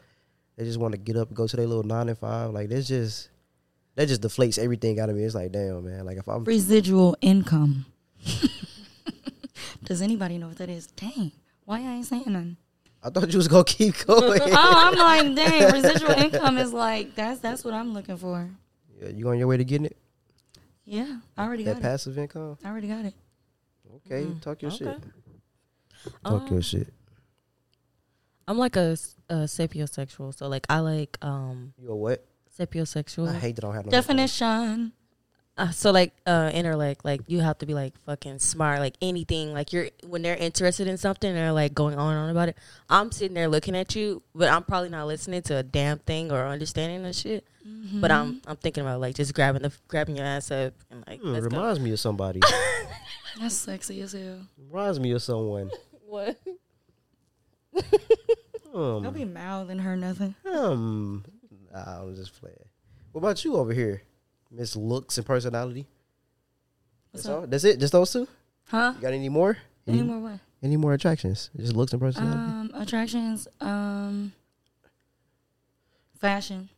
S1: They just want to get up and go to their little nine and five. Like that's just that just deflates everything out of me. It's like damn, man. Like if I'm
S3: Residual income. <laughs> Does anybody know what that is? Dang. Why I ain't saying
S1: <laughs>
S3: nothing?
S1: I thought you was gonna <laughs> keep
S3: <laughs>
S1: going.
S3: Oh, I'm like, dang, residual income is like that's that's what I'm looking for.
S1: Yeah, you on your way to getting it?
S3: Yeah. I already
S1: that
S3: got it. Mm-hmm.
S1: passive income?
S3: I already got it.
S1: Okay, talk your
S2: okay.
S1: shit. Talk
S2: Um,
S1: your shit.
S2: I'm like a, s- a sapiosexual, so like I like um
S1: You a what? I
S2: sapiosexual.
S1: hate that I don't have no
S3: Definition.
S2: Uh, so like uh interlect, like you have to be like fucking smart, like anything. Like you're when they're interested in something, they're like going on and on about it. I'm sitting there looking at you, but I'm probably not listening to a damn thing or understanding the shit.
S3: Mm-hmm.
S2: But um, I'm
S1: Mm-hmm.
S2: I'm thinking about like just grabbing the grabbing your ass up and like
S1: Hmm,
S2: let's go.
S1: reminds me of somebody.
S3: That's sexy as hell.
S1: reminds me of
S3: <laughs>
S1: someone.
S2: <laughs> What? <laughs>
S3: Don't
S1: Um,
S3: be mouthing her nothing.
S1: um, nah, I'm just playing. What about you over here, Miss Looks and Personality?
S3: What's
S1: That's
S3: up?
S1: all. Mm-hmm. That's it. Just those two.
S3: Huh?
S1: You got any more?
S3: Any more what?
S1: Any more attractions? Just looks and personality.
S3: Um, attractions. Um, fashion.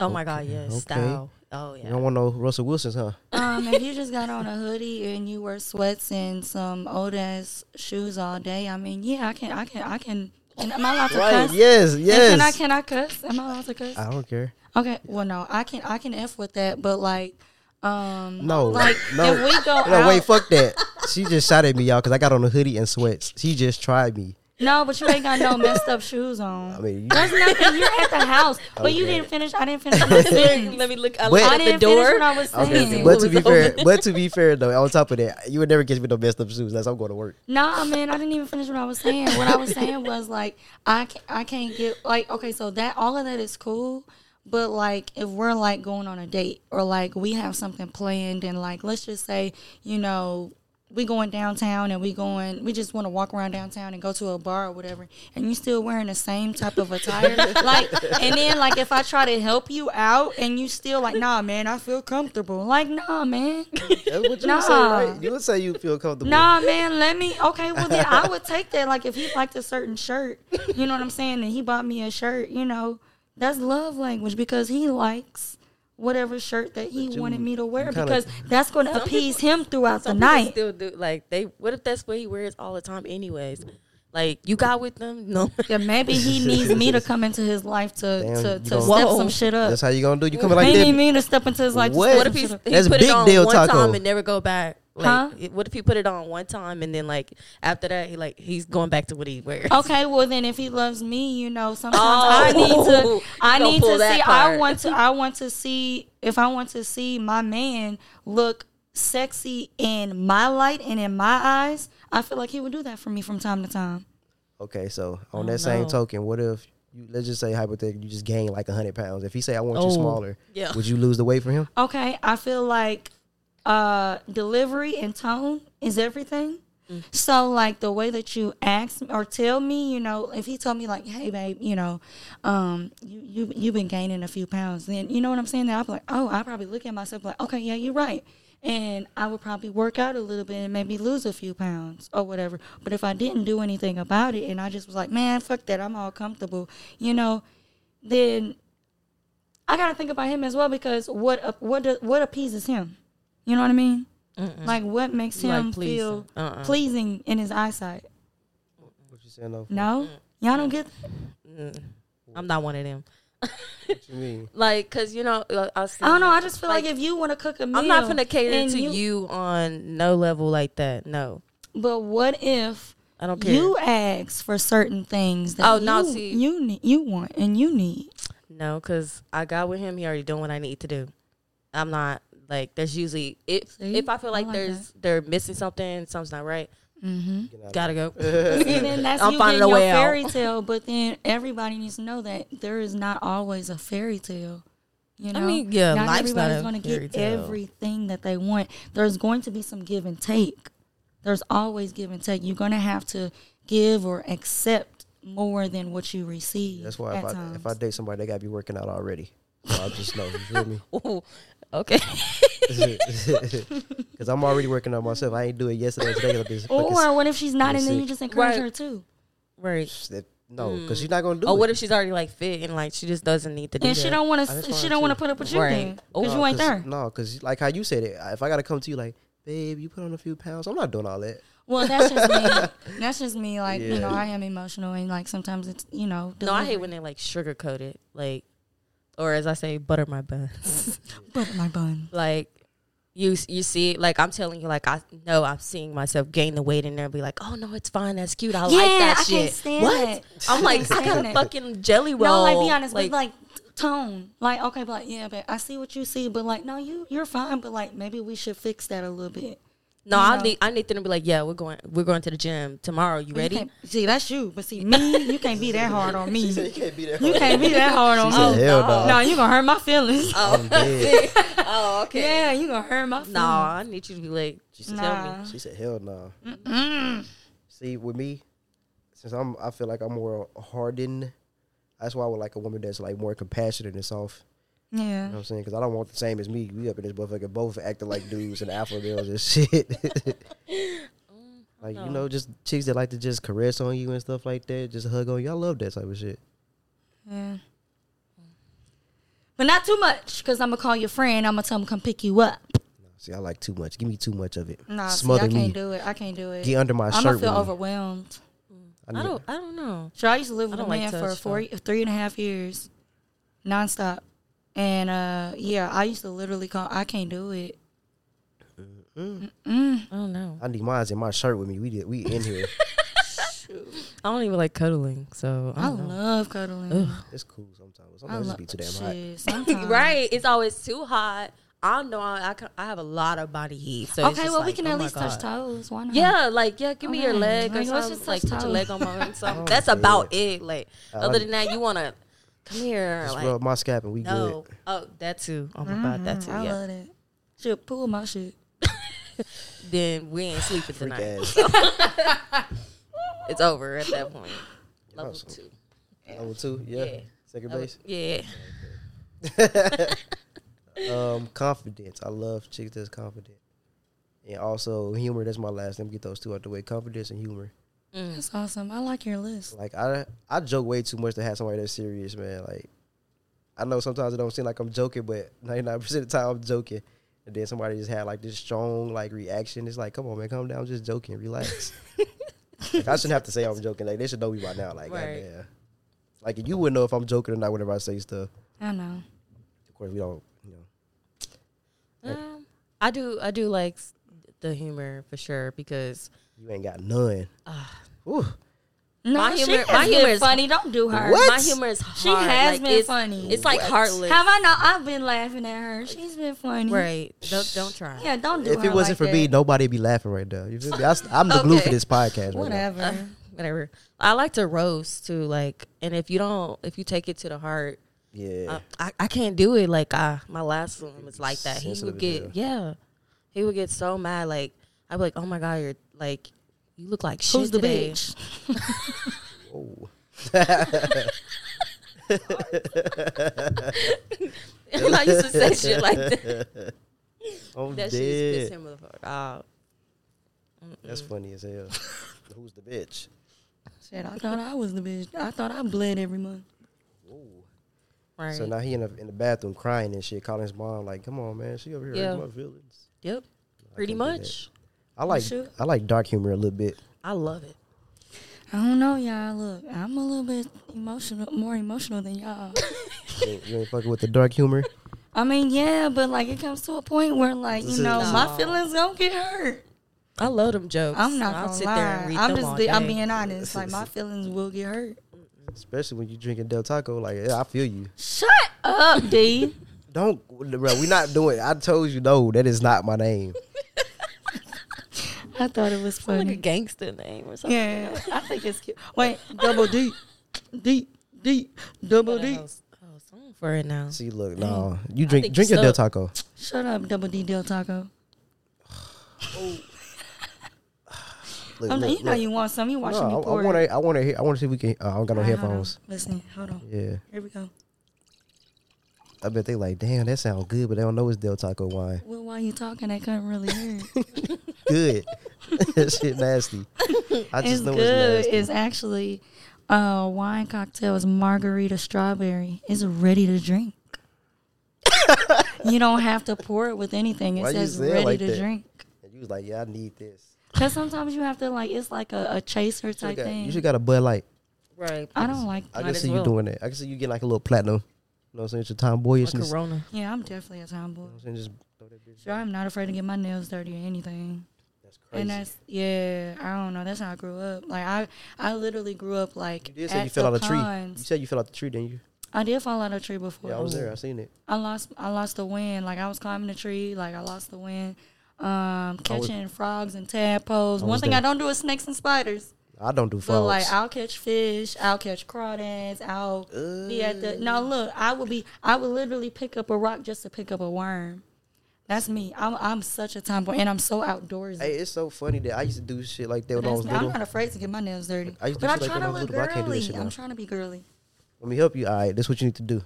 S2: Oh my god,
S1: Okay,
S2: yes,
S1: okay.
S2: style. Oh
S1: You don't
S2: yeah.
S1: want no Russell Wilsons, huh?
S3: Um, if you just got on a hoodie and you wear sweats and some old ass shoes all day, I mean, yeah, I can, I can, I can. And am I allowed to
S1: Right.
S3: cuss?
S1: Yes.
S3: And
S1: Yes. Uh,
S3: Can I can I cuss? Am I allowed to cuss?
S1: I don't care.
S3: Okay. Well, no, I can I can f with that, but like, um,
S1: No,
S3: like
S1: no,
S3: if we go
S1: No,
S3: out,
S1: wait, fuck that. She just shot at me, y'all, because I got on a hoodie and sweats. She just tried me.
S3: no, but you ain't got no messed up shoes
S1: I <laughs>
S3: on.
S1: mean, you,
S3: That's nothing. You're at the house, but you
S1: Okay.
S3: didn't finish. I
S1: <laughs>
S3: didn't finish my sentence.
S2: <laughs> Let me look. I
S1: Wait.
S2: look
S3: I
S2: at the
S3: didn't finish
S2: door.
S3: what I was saying.
S1: okay. But
S2: It
S1: to
S2: was
S1: be fair,
S2: open.
S1: but to be fair though, on top of that, you would never catch me with no messed up shoes unless I'm going to work.
S3: Nah, man, I didn't even finish what I was saying. What I was saying was like I can't, I can't get like okay, so that all of that is cool, but like if we're like going on a date or like we have something planned and like let's just say you know we going downtown and we going we just want to walk around downtown and go to a bar or whatever and you still wearing the same type of attire like and then like if i try to help you out and you still like nah man i feel comfortable like nah man
S1: That's what you
S3: Nah.
S1: would say, right? You would say you feel comfortable.
S3: Nah, man, let me. Okay, well then I
S1: <laughs>
S3: would take that. Like if he liked a certain shirt, you know what I'm saying, and he bought me a shirt, you know, that's love language because he likes whatever shirt that he wanted me to wear
S1: kinda-
S3: because that's going to appease him throughout the
S2: Some people
S3: night.
S2: Still do like they. What if that's what he wears all the time, anyways? Like you got with them? No.
S3: Then
S1: <laughs>
S3: maybe he needs me to come into his life
S1: Damn,
S3: to to,
S1: you
S3: to
S1: gonna-
S3: step
S2: Whoa.
S3: some shit up.
S1: That's how you gonna do. You coming like
S3: he need
S1: that?
S3: me to step into his life. to
S1: What?
S3: step
S2: <laughs> What if he,
S3: some shit up.
S2: he
S1: That's
S2: put
S1: big
S2: it on
S1: deal
S2: one
S1: taco.
S2: time and never go back? Like,
S3: Huh?
S2: it- what if he put it on one time and then like after that he like he's going back to what he wears?
S3: Okay, well then, if he loves me, you know, sometimes I
S2: <laughs> Oh.
S3: need to, I
S2: Don't
S3: need to
S2: pull that
S3: see, I
S2: part. <laughs>
S3: want to, I want to see if I want to see my man look sexy in my light and in my eyes. I feel like he would do that for me from time to time.
S1: Okay, so on
S2: Oh,
S1: that same
S2: no.
S1: token, what if you let's just say hypothetically you just gain like hundred pounds? If he say I want you
S2: Oh,
S1: smaller,
S2: yeah.
S1: would you lose the weight for him?
S3: Okay, I feel like uh delivery and tone is everything. So like the way that you ask or tell me, you know, if he told me like, "Hey babe, you know, um you you you've been gaining a few pounds." Then you know what I'm saying? Then I'll be like, "Oh, I probably look at myself like, "Okay, yeah, you're right." And I would probably work out a little bit and maybe lose a few pounds or whatever. But if I didn't do anything about it and I just was like, "Man, fuck that. I'm all comfortable." You know, then I gotta think about him as well because what ap- what do, what appeases him? You know what I mean? Like what makes
S2: Mm. Like
S3: him
S2: pleasing.
S3: feel
S2: Uh-uh.
S3: pleasing in his eyesight?
S1: What you saying though?
S3: No,
S2: Mm.
S3: y'all don't get.
S2: I'm not one of them.
S1: What you mean?
S2: Like, cause you know, like, I, see,
S3: I don't know. I just feel like, if you want to cook a meal,
S2: I'm not gonna cater
S3: and
S2: to you, on no level like that. No,
S3: But what if
S2: I don't care.
S3: you ask for certain things that
S2: Oh,
S3: you,
S2: no, see-
S3: you need, you want, and you need?
S2: No, because I got with him. He already doing what I need to do. I'm not like there's usually if
S3: See?
S2: if I feel
S3: I
S2: like,
S3: like
S2: there's they're missing something, something's not right. Gotta go.
S3: <laughs> And then that's
S2: Mm-hmm. I'm finding
S3: you getting
S2: a
S3: your
S2: way out.
S3: fairy tale. But then everybody needs to know that there is not always a fairy tale. You know,
S2: I mean, yeah,
S3: not
S2: life's not
S3: everybody's
S2: a
S3: going to
S2: fairy
S3: get
S2: tale.
S3: everything that they want. There's going to be some give and take. There's always give and take. You're going to have to give or accept more than what you
S1: <laughs>
S3: receive.
S1: That's why if
S3: at
S1: I
S3: times.
S1: if I date somebody, they gotta be working out already. So I just know. You feel me? <laughs>
S2: Ooh, <laughs> okay.
S1: Because I'm already working on myself.
S3: Oh,
S1: I ain't do it yesterday or today. 'cause I'm just fucking
S3: or what if she's not, and then
S1: sick.
S3: you just encourage
S2: Right.
S3: her too.
S2: right.
S1: s- that- No, because she's not gonna do
S2: Or
S1: it.
S2: Oh, what if she's already like fit and like she just doesn't need to do
S3: And she
S2: that?
S3: don't want
S1: I just
S3: to. She
S1: wanted
S3: don't
S1: to-
S3: want to put up with you
S2: Right.
S3: then,
S2: Oh.
S3: because you ain't there.
S1: No, because like how you said it, if I gotta come to you like, babe, you put on a few pounds, I'm not doing all that.
S3: Well, Oh, that's just
S1: <laughs>
S3: me. that's just me. Like you
S1: Yeah.
S3: know, I am emotional, and like sometimes it's you know.
S2: No, I hate when they like sugarcoat it, like, or as I say, butter my buns.
S3: But my bun.
S2: like, you you see, like I'm telling you, like I know I'm seeing myself gain the weight, and they'll be like, "Oh no, it's fine, that's cute, I like that
S3: I
S2: shit."
S3: can't stand
S2: what?
S3: it.
S2: I'm
S3: <laughs>
S2: like, I
S3: can't
S2: got
S3: stand
S2: a
S3: it.
S2: fucking jelly roll.
S3: no, like be honest, but like t- tone, like okay, but like, yeah, but I see what you see, but like no, you you're fine, but like maybe we should fix that a little bit.
S2: no,
S3: you
S2: I
S3: know.
S2: need I need them to be like, "Yeah, we're going we're going to the gym tomorrow.
S3: <laughs>
S2: You
S3: You
S2: ready?"
S3: can't- see, that's you, but see me, you can't be that hard on me.
S1: She said you can't be there.
S3: You can't be that hard on
S1: She said,
S3: me.
S1: "Hell
S3: no,
S1: no."
S3: you gonna hurt my feelings.
S1: I'm dead.
S2: oh, <laughs>
S3: Yeah, you gonna hurt my feelings.
S2: No, I need you to be like, just tell me.
S3: Nah. Mm.
S1: She said, hell no. See, with me, since I'm, I feel like I'm more hardened. That's why I would like a woman that's like more compassionate and soft.
S3: Yeah.
S1: You know what I'm saying? Because I don't want the same as me. We up in this motherfucker both acting like dudes and alpha males and <laughs> shit. like, you know, just chicks that like to just caress on you and stuff like that, just hug on you. I love that type of shit.
S3: Yeah. But not too much, because I'm gonna call your friend. I'm gonna tell him come pick you up.
S1: See, I like too much. Give me too much of it.
S3: Nah,
S1: Smother
S3: see, I can't
S1: me.
S3: do it. I can't do it.
S1: Get under my
S3: I'm gonna
S1: shirt.
S3: feel
S1: with me.
S3: overwhelmed.
S1: I
S2: I
S1: need-
S2: don't I don't know.
S3: So I used to
S2: I
S3: live with a
S2: don't like
S3: man for
S2: touch,
S3: four, three and a half years, nonstop, and uh, yeah, I used to literally call. I can't do it.
S2: Mm. <laughs> I don't know.
S1: I need mine's in my shirt with me. We did, we in here.
S2: I don't even like cuddling, so I
S3: I
S2: don't know.
S3: love cuddling.
S1: it's cool sometimes.
S3: I
S1: Sometimes it
S3: love
S1: just Oh, be too damn hot.
S2: <laughs>
S3: Sometimes.
S2: right. It's always too hot. I know I I, can, I have a lot of body heat. So it's
S3: Okay,
S2: just
S3: well we
S2: like,
S3: can
S2: oh
S3: at
S2: my
S3: least
S2: God.
S3: touch toes. Why not?
S2: Yeah, like yeah, give me your
S3: Okay.
S2: leg or
S3: Like, let's
S2: something.
S3: just
S2: Like
S3: touch
S2: put your
S3: toes.
S2: leg on <laughs> my or something.
S1: Oh,
S2: That's
S1: yeah.
S2: about it. Like
S1: I
S2: other
S1: like-
S2: than that, you wanna come here.
S1: Just
S2: Like
S1: rub my scalp and we
S2: no.
S1: good.
S2: Oh, that too. Oh my god, that too.
S3: I
S2: Yeah.
S3: love that. Should pull my shit.
S2: Then we ain't sleeping
S1: Freak
S2: tonight. <laughs>
S1: ass.
S2: It's over at that point. Level
S1: Awesome.
S2: two.
S1: Level two, yeah.
S2: Yeah.
S1: Second
S2: Level-
S1: base.
S2: Yeah.
S1: <laughs>
S2: <laughs>
S1: Um, confidence. I love chicks that's confident. And also humor. That's my last. Let me get those two out the way. Confidence and humor.
S2: Mm.
S3: That's awesome. I like your list.
S1: Like I, I joke way too much to have somebody that's serious, man. Like, I know sometimes it don't seem like I'm joking, but 99 percent of the time I'm joking. And then somebody just had like this strong like reaction. It's like, come on, man, calm down. I'm just joking. Relax. like, I shouldn't have to say I'm joking. Like they should know me by now. Like,
S2: Right.
S1: goddamn. Like you wouldn't know if I'm joking or not whenever I say stuff.
S3: I know.
S1: Of course, we don't. You know.
S2: Um, I do. I do like s- the humor for sure because uh,
S1: You ain't got none. Whew.
S3: No,
S2: My
S3: she
S2: humor-
S3: has
S2: my
S3: been
S2: humor is-
S3: funny. Don't do her.
S1: What?
S2: my humor is hard.
S3: She has
S2: Like,
S3: been
S2: it's,
S3: funny.
S2: It's like heartless.
S3: Have I not? I've been laughing at her. She's been funny.
S2: right. Don't don't try.
S3: Yeah, don't do
S1: If
S3: her
S1: it wasn't
S3: like
S1: for me,
S3: that.
S1: nobody'd be laughing right now. You feel me? I, am the glue for
S2: Okay.
S1: this podcast. Right now.
S3: Whatever.
S2: <laughs> Whatever. I like to roast too. Like, and if you don't, if you take it to the heart,
S1: Yeah.
S2: I, I, I can't do it. Like, I my last one was like that. He
S1: Sensitive
S2: would
S1: as hell.
S2: get yeah. He would get so mad. Like, I'd be like, oh my god, you're like, you look like shit
S3: Who's the
S2: today.
S3: bitch?
S1: Oh.
S2: <laughs> and I used to say shit like that.
S1: <laughs> Oh, I'm
S2: That shit
S1: dead.
S2: just pissed him the fuck out.
S1: That's funny as
S2: <laughs>
S1: hell. Who's the bitch?
S3: Shit, I thought I was the bitch. I thought I bled every month.
S2: Right.
S1: So now he in the, in the bathroom crying and shit, calling his mom like, "Come on, man, she over here hurting
S2: Yeah.
S1: my feelings."
S2: yep. Pretty
S1: can't do that.
S2: much.
S1: I like
S3: sure?
S1: I like dark humor a little bit.
S2: I love it.
S3: I don't know, y'all. Look, I'm a little bit emotional, more emotional than y'all.
S1: You ain't, you ain't fucking with the dark humor.
S3: I mean, yeah, but like it comes to a point where, like, you know,
S2: No.
S3: my feelings don't get hurt.
S2: I love them jokes.
S3: I'm not
S2: I'll
S3: gonna
S2: sit
S3: lie.
S2: there and read
S3: I'm
S2: them
S3: just,
S2: all
S3: be- I'm
S2: day.
S3: being honest. Like, my feelings will get hurt.
S1: Especially when you drinking Del Taco, like yeah, I feel you.
S3: Shut up, D.
S1: Don't, bro. We not doing. I told you no. That is not my name.
S3: I thought it was
S2: like a
S3: funny.
S2: gangster name or something.
S3: Yeah, I think it's cute. Wait, double D, D, D, double
S2: What
S3: D.
S2: else? Oh, song for
S1: <laughs>
S2: it now.
S1: See, look, no, you drink
S2: Mm. think
S1: drink your
S2: so.
S1: Del Taco.
S3: Shut up, double D Del Taco.
S1: Look,
S3: I'm
S1: look,
S3: like, you know
S1: look.
S3: you want some. You
S1: No,
S3: watching me
S1: I,
S3: pour.
S1: want to. I want to. I want to see if we can. Uh, I don't got no
S3: All right, hold on.
S1: headphones.
S3: Listen, hold on.
S1: Yeah,
S3: Here we go.
S1: I bet they like. Damn, that sounds good, but they don't know it's Del Taco wine.
S3: Well, while you talking, I couldn't really
S1: <laughs>
S3: hear. it.
S1: Good. <laughs> that shit nasty. I just
S3: it's
S1: know
S3: good.
S1: it's nasty.
S3: It's actually uh, wine cocktail is margarita strawberry. It's ready
S1: <laughs>
S3: to drink. you don't have to pour it with anything. It
S1: Why you
S3: says
S1: say it
S3: ready
S1: like
S3: to
S1: that?
S3: drink.
S1: And you was like, yeah, I need this.
S3: Because sometimes you have to like it's like a, a chaser
S1: You should
S3: type
S1: got,
S3: thing.
S1: you should got a Bud Light.
S2: Right.
S3: I don't like.
S1: I
S2: Might
S1: can
S2: as
S1: see you
S2: well.
S1: doing that. I can see you getting like a little platinum. You know what I'm saying? It's your
S2: Or
S1: tomboyishness. You know
S2: corona.
S3: yeah, I'm definitely a tomboy.
S1: what I'm saying? Just throw that bitch.
S3: Sure, I'm not afraid to get my nails dirty or anything.
S1: That's crazy.
S3: And that's yeah. I don't know. That's how I grew up. Like I, I literally grew up like
S1: you did
S3: at
S1: say you fell
S3: the
S1: out of tree. You
S3: ponds. Mm-hmm.
S1: said you fell out the tree, didn't you?
S3: I did fall out of a tree before.
S1: Yeah, I was there. I seen it.
S3: I lost I lost the wind. Like I was climbing the tree, like I lost the wind. Um,
S1: was-
S3: catching frogs and tadpoles.
S1: I
S3: One
S1: was
S3: thing
S1: there.
S3: I don't do is snakes and spiders.
S1: I don't do
S3: But
S1: frogs.
S3: like I'll catch fish, I'll catch crawdads, I'll be at the no look, I would be I would literally pick up a rock just to pick up a worm. That's me. I'm I'm such a tomboy and I'm so outdoorsy.
S1: Hey, it's so funny that I used to do shit like that when I
S3: That's
S1: was
S3: me. I'm
S1: little.
S3: not afraid to get my nails dirty.
S1: I used to
S3: but I'm
S1: do shit like
S3: trying
S1: that when I
S3: to
S1: was
S3: look
S1: little, but I can't do that
S3: girly.
S1: shit
S3: I'm
S1: now.
S3: trying to be girly.
S1: Let me help you. All right, that's what you need to do.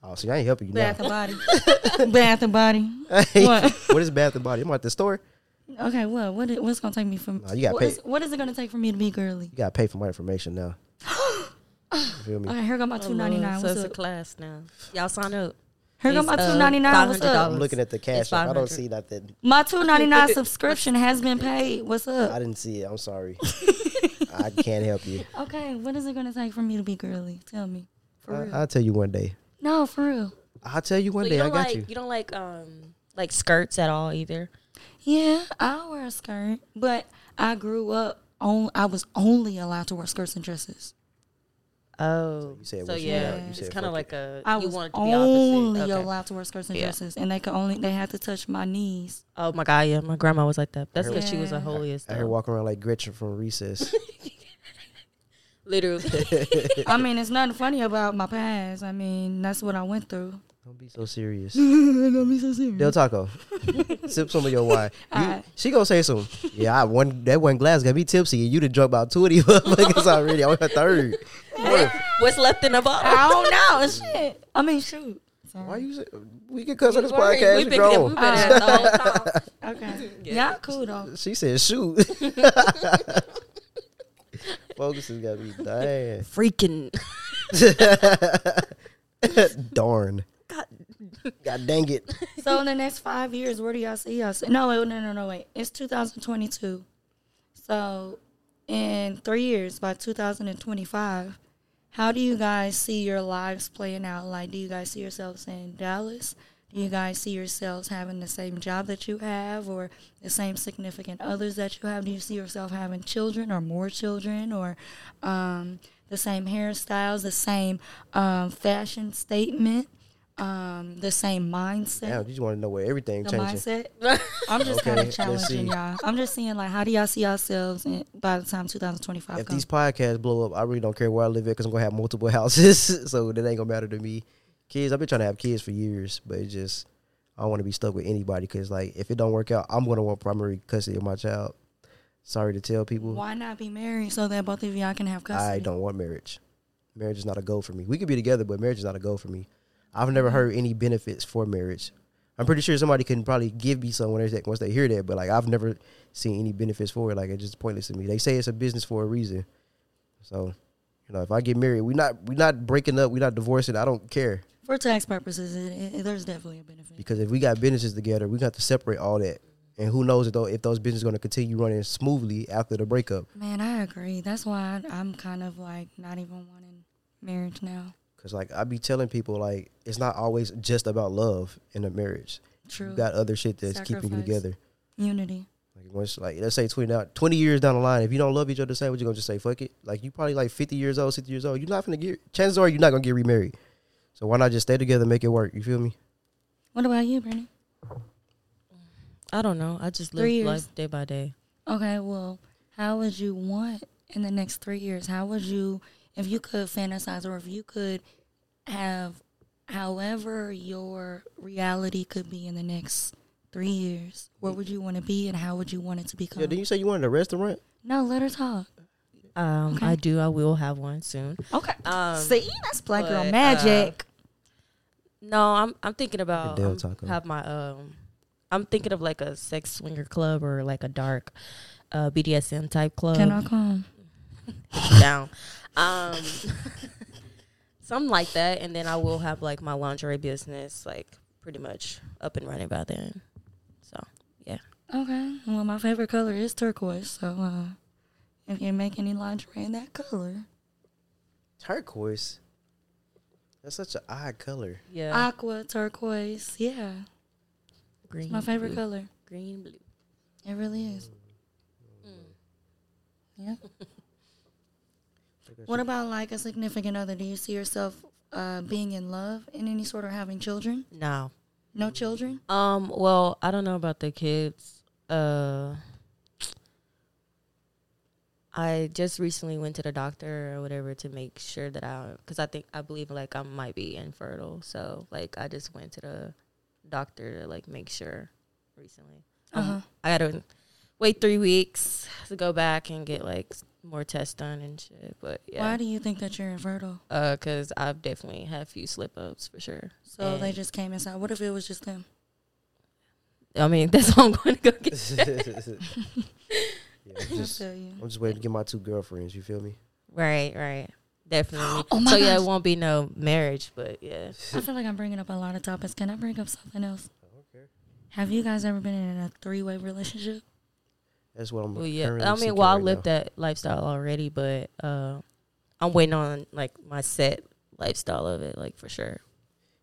S1: Oh, see, I ain't helping you now. <laughs>
S3: Bath and body.
S2: <laughs>
S3: Bath and body.
S1: Hey,
S3: What?
S1: what is bath and body? I'm at the store.
S3: Okay, well, what it, what's gonna take me from?
S1: Nah, you gotta
S3: what
S1: pay-
S3: is- what is it gonna take for me to be girly?
S1: You gotta pay for my information now. You feel
S3: <gasps>
S1: me?
S3: Okay, here go my
S2: Oh,
S3: two ninety nine.
S2: Lord. So
S3: What's
S2: it's a
S3: up?
S2: class now. Y'all sign up.
S3: Here go
S2: it's,
S3: my
S2: uh,
S3: two ninety nine. What's up?
S2: $500.
S1: I'm looking at the cash. app. I don't
S2: 500.
S1: see nothing.
S3: My two ninety nine <laughs> subscription has been paid. What's
S1: I
S3: up?
S1: didn't see it. I'm sorry.
S3: <laughs>
S1: I can't help you.
S3: Okay, what is it gonna take for me to be girly? Tell me. For real.
S1: Uh, I, will tell you one day.
S3: no, for real.
S1: I'll tell you one
S2: So
S1: day.
S2: you
S1: I
S2: don't
S1: got
S2: like
S1: you.
S2: don't like um like skirts at all either.
S3: Yeah, I wear a skirt, but I grew up on. I was only allowed to wear skirts and dresses.
S2: Oh,
S1: you said
S2: so
S1: what you
S2: yeah,
S1: have, you
S2: it's
S1: said
S2: kind of
S1: fuck
S2: like a
S3: I
S2: you
S3: was
S2: wanted to be
S3: only
S2: opposite. Okay.
S3: allowed to wear skirts and
S2: Yeah.
S3: dresses, and they could only they had to touch my knees.
S2: Oh my god, yeah, my grandma was like that. That's
S1: I
S2: because she was the
S3: heard-
S2: holiest.
S1: I hear
S3: <laughs>
S2: though.
S1: walking around like Gretchen from Recess. <laughs>
S2: Literally,
S3: I mean, it's nothing funny about my past. I mean, that's what I went through. <laughs>
S1: don't be so serious.
S3: Don't be so serious.
S1: Del Taco, sip some of your wine. You-
S3: Alright.
S1: She gonna say some. Yeah, I one that one glass got me tipsy, and you done drunk about two of these <laughs> motherfuckers already. I'm a third.
S2: <laughs> what's left in the
S3: I
S2: bottle?
S3: don't know. Shit. I mean, shoot.
S1: Why you? Say, we can cuss on this
S2: Worried.
S1: podcast.
S2: We've
S1: you
S2: been,
S1: grown.
S2: we've been at it the whole time.
S3: Okay.
S2: <laughs> Yeah.
S3: Y'all cool though.
S1: She said, "Shoot." <laughs> Focus has got me dying. <laughs>
S2: Freaking
S1: Darn. God. dang it.
S3: <laughs> So in the next five years, where do y'all see y'all? See? No, wait, no, no, no, wait. It's 2022. So in three years, by 2025, how do you guys see your lives playing out? Like, do you guys see yourselves in Dallas? Do you guys see yourselves having the same job that you have, or the same significant others that you have? Do you see yourself having children, or more children, or um, the same hairstyles, the same um, fashion statement, um, the same mindset?
S1: Damn, you just want to know where everything
S3: the
S1: changing.
S3: mindset. I'm just
S1: Okay,
S3: kind of
S1: let's
S3: challenging
S1: see.
S3: y'all. I'm just seeing like how do y'all see yourselves in, by the time 2025
S1: If
S3: comes?
S1: these podcasts blow up, I really don't care where I live at because I'm gonna have multiple <laughs> houses, so that ain't gonna matter to me. Kids, I've been trying to have kids for years, but it just I don't want to be stuck with anybody because like if it don't work out, I'm gonna want primary custody of my child. Sorry to tell people,
S3: Why not be married so that both of y'all can have custody?
S1: I don't want marriage. Marriage is not a goal for me. We could be together, but marriage is not a goal for me. I've never heard any benefits for marriage. I'm pretty sure somebody can probably give me some when they once they hear that, but like I've never seen any benefits for it. Like it's just pointless to me. They say it's a business for a reason. So, you know, if I get married, we not we not breaking up, we not divorcing. I don't care
S3: For tax purposes, it, it, there's definitely a benefit.
S1: because if we got businesses together, we got to separate all that. And who knows if, tho- if those businesses going to continue running smoothly after the breakup?
S3: Man, I agree. That's why I, I'm kind of like not even wanting marriage now.
S1: Cause like I be telling people, like it's not always just about love in a marriage.
S3: True.
S1: you got other shit that's keeping you
S3: Sacrifice.
S1: together.
S3: Unity.
S1: Like once, like let's say twenty down, twenty years down the line, if you don't love each other the same, what you gonna just say fuck it? Like you probably like fifty years old, sixty years old, you're not gonna get. Chances are you're not gonna get remarried. So why not just stay together, and make it work? You feel me?
S3: What about you, Brittany?
S2: I don't know. I just
S3: Three
S2: live
S3: years.
S2: life day by day.
S3: Okay, well, how would you want in the next three years? How would you, if you could fantasize or if you could have however your reality could be in the next three years, where would you want to be and how would you want it to become?
S1: Yeah. Did you say you wanted a restaurant?
S3: no, let her talk.
S2: Um,
S3: Okay.
S2: I do. I will have one soon.
S3: Okay.
S2: Um,
S3: See, that's black girl
S2: but, uh,
S3: magic.
S2: No, I'm I'm thinking about
S1: Del
S2: um,
S1: Taco.
S2: have my um I'm thinking of like a sex swinger club or like a dark uh BDSM type club.
S3: Can I come?
S2: down. Um, <laughs> something like that, and then I will have like my lingerie business like pretty much up and running by then. So yeah,
S3: Okay. Well, my favorite color is turquoise. So uh, if you make any lingerie in that color,
S1: Turquoise. That's such an odd color.
S2: yeah,
S3: aqua, turquoise, yeah,
S2: green,
S3: it's my favorite
S2: blue,
S3: color.
S2: green, blue.
S3: It really is.
S1: Mm.
S3: Mm. Yeah. What about like a significant other? Do you see yourself uh, being in love in any sort or having children?
S2: No,
S1: <laughs>
S3: No children?
S2: Um, well, I don't know about the kids. Uh I just recently went to the doctor or whatever to make sure that I cuz I think I believe like I might be infertile. So, like I just went to the doctor to like make sure recently. Um,
S3: Uh-huh.
S2: I got to wait 3 weeks to go back and get like s- more tests done and shit, but
S3: Why
S2: yeah.
S3: do you think that you're infertile?
S2: Uh, cause I've definitely had a few slip ups for sure.
S3: So they
S2: And-
S3: just came inside. What if it was just them?
S2: I mean, <laughs> that's all I'm going to go
S3: <laughs>
S2: get.
S1: yeah, I'm
S3: I
S1: just,
S3: feel you.
S1: <gasps> I'm just waiting to get my two girlfriends. You
S2: <laughs>
S1: feel me?
S2: Right, right. Definitely.
S3: Oh my
S2: so yeah, it
S3: gosh.
S2: won't be no marriage, but yeah.
S3: I feel like I'm bringing up a lot of topics. Can I bring up something else?
S1: <laughs> Okay.
S3: Have you guys ever been in a three way relationship?
S1: That's what I'm.
S2: Well, yeah.
S1: currently
S2: I mean,
S1: seeking
S2: well, I
S1: right
S2: lived
S1: now.
S2: that lifestyle already, but uh, I'm waiting on like my set lifestyle of it, like for sure.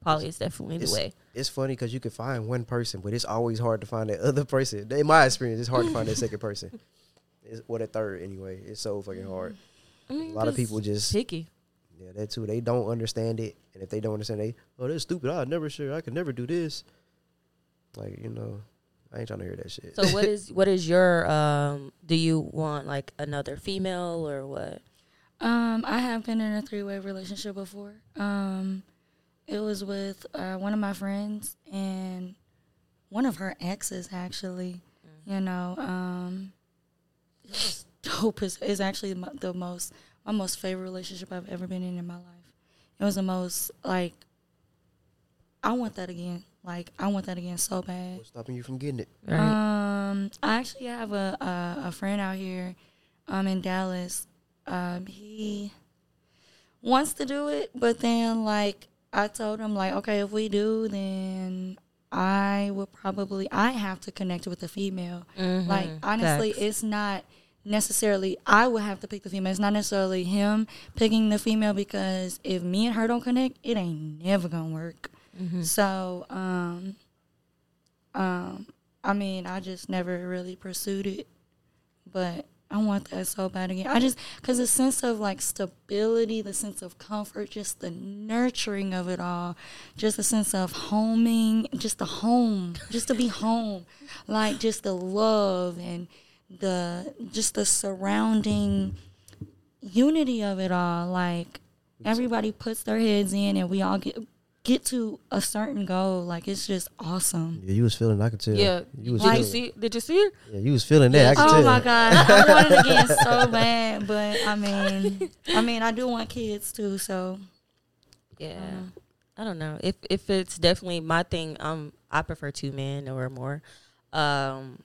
S2: Poly is definitely the
S1: it's-
S2: way.
S1: It's funny because you can find one person, but it's always hard to find that other person. In my experience, it's hard to find that second
S2: <laughs>
S1: person. It's, or that third, anyway. It's so fucking hard.
S2: I
S1: A
S2: mean,
S1: lot of
S2: Mm, just
S1: people just
S2: picky.
S1: Yeah, that too. They don't understand it, and if they don't understand, they oh, that's stupid. I never sure. I could never do this. Like you know, I ain't trying to hear that shit. <laughs>
S2: So what is what is your um? Do you want like another female or what?
S3: Um, I have been in a three way relationship before. Um, it was with uh, one of my friends and one of her exes, actually. You know, um, it's <laughs> dope is is actually my, the most my most favorite relationship I've ever been in in my life. It was the most like I want that again. Like I want that again so bad.
S1: What's stopping you from getting it?
S2: Right.
S3: Um, I actually have a a, a friend out here, um, in Dallas. Um, he wants to do it, but then like I told him, like, okay, if we do, then I will probably I have to connect with a female. Uh, Like
S2: Mhm.
S3: honestly,
S2: Facts.
S3: it's not necessarily I would have to pick the female. It's not necessarily him picking the female because if me and her don't connect, it ain't never gonna work. So, um, um, I mean, I just never really pursued it, but I want that so bad again. I just because the sense of like stability, the sense of comfort, just the nurturing of it all, just the sense of homing, just the home, just to be home, like just the love and the just the surrounding unity of it all. Like everybody puts their heads in, and we all get get to a certain goal. Like it's just awesome.
S1: Yeah, you was feeling. I could tell.
S2: Yeah.
S1: you was.
S2: Did
S1: Feeling,
S2: you see? Did you see her?
S1: Yeah, you was feeling that. I could
S3: Oh
S1: tell.
S3: my god, I want it
S1: <laughs>
S3: again so bad, but I mean, I mean, I do want kids too, so
S2: Yeah.
S3: Uh-huh.
S2: I don't know. If if it's definitely my thing, um I prefer two men or more. Um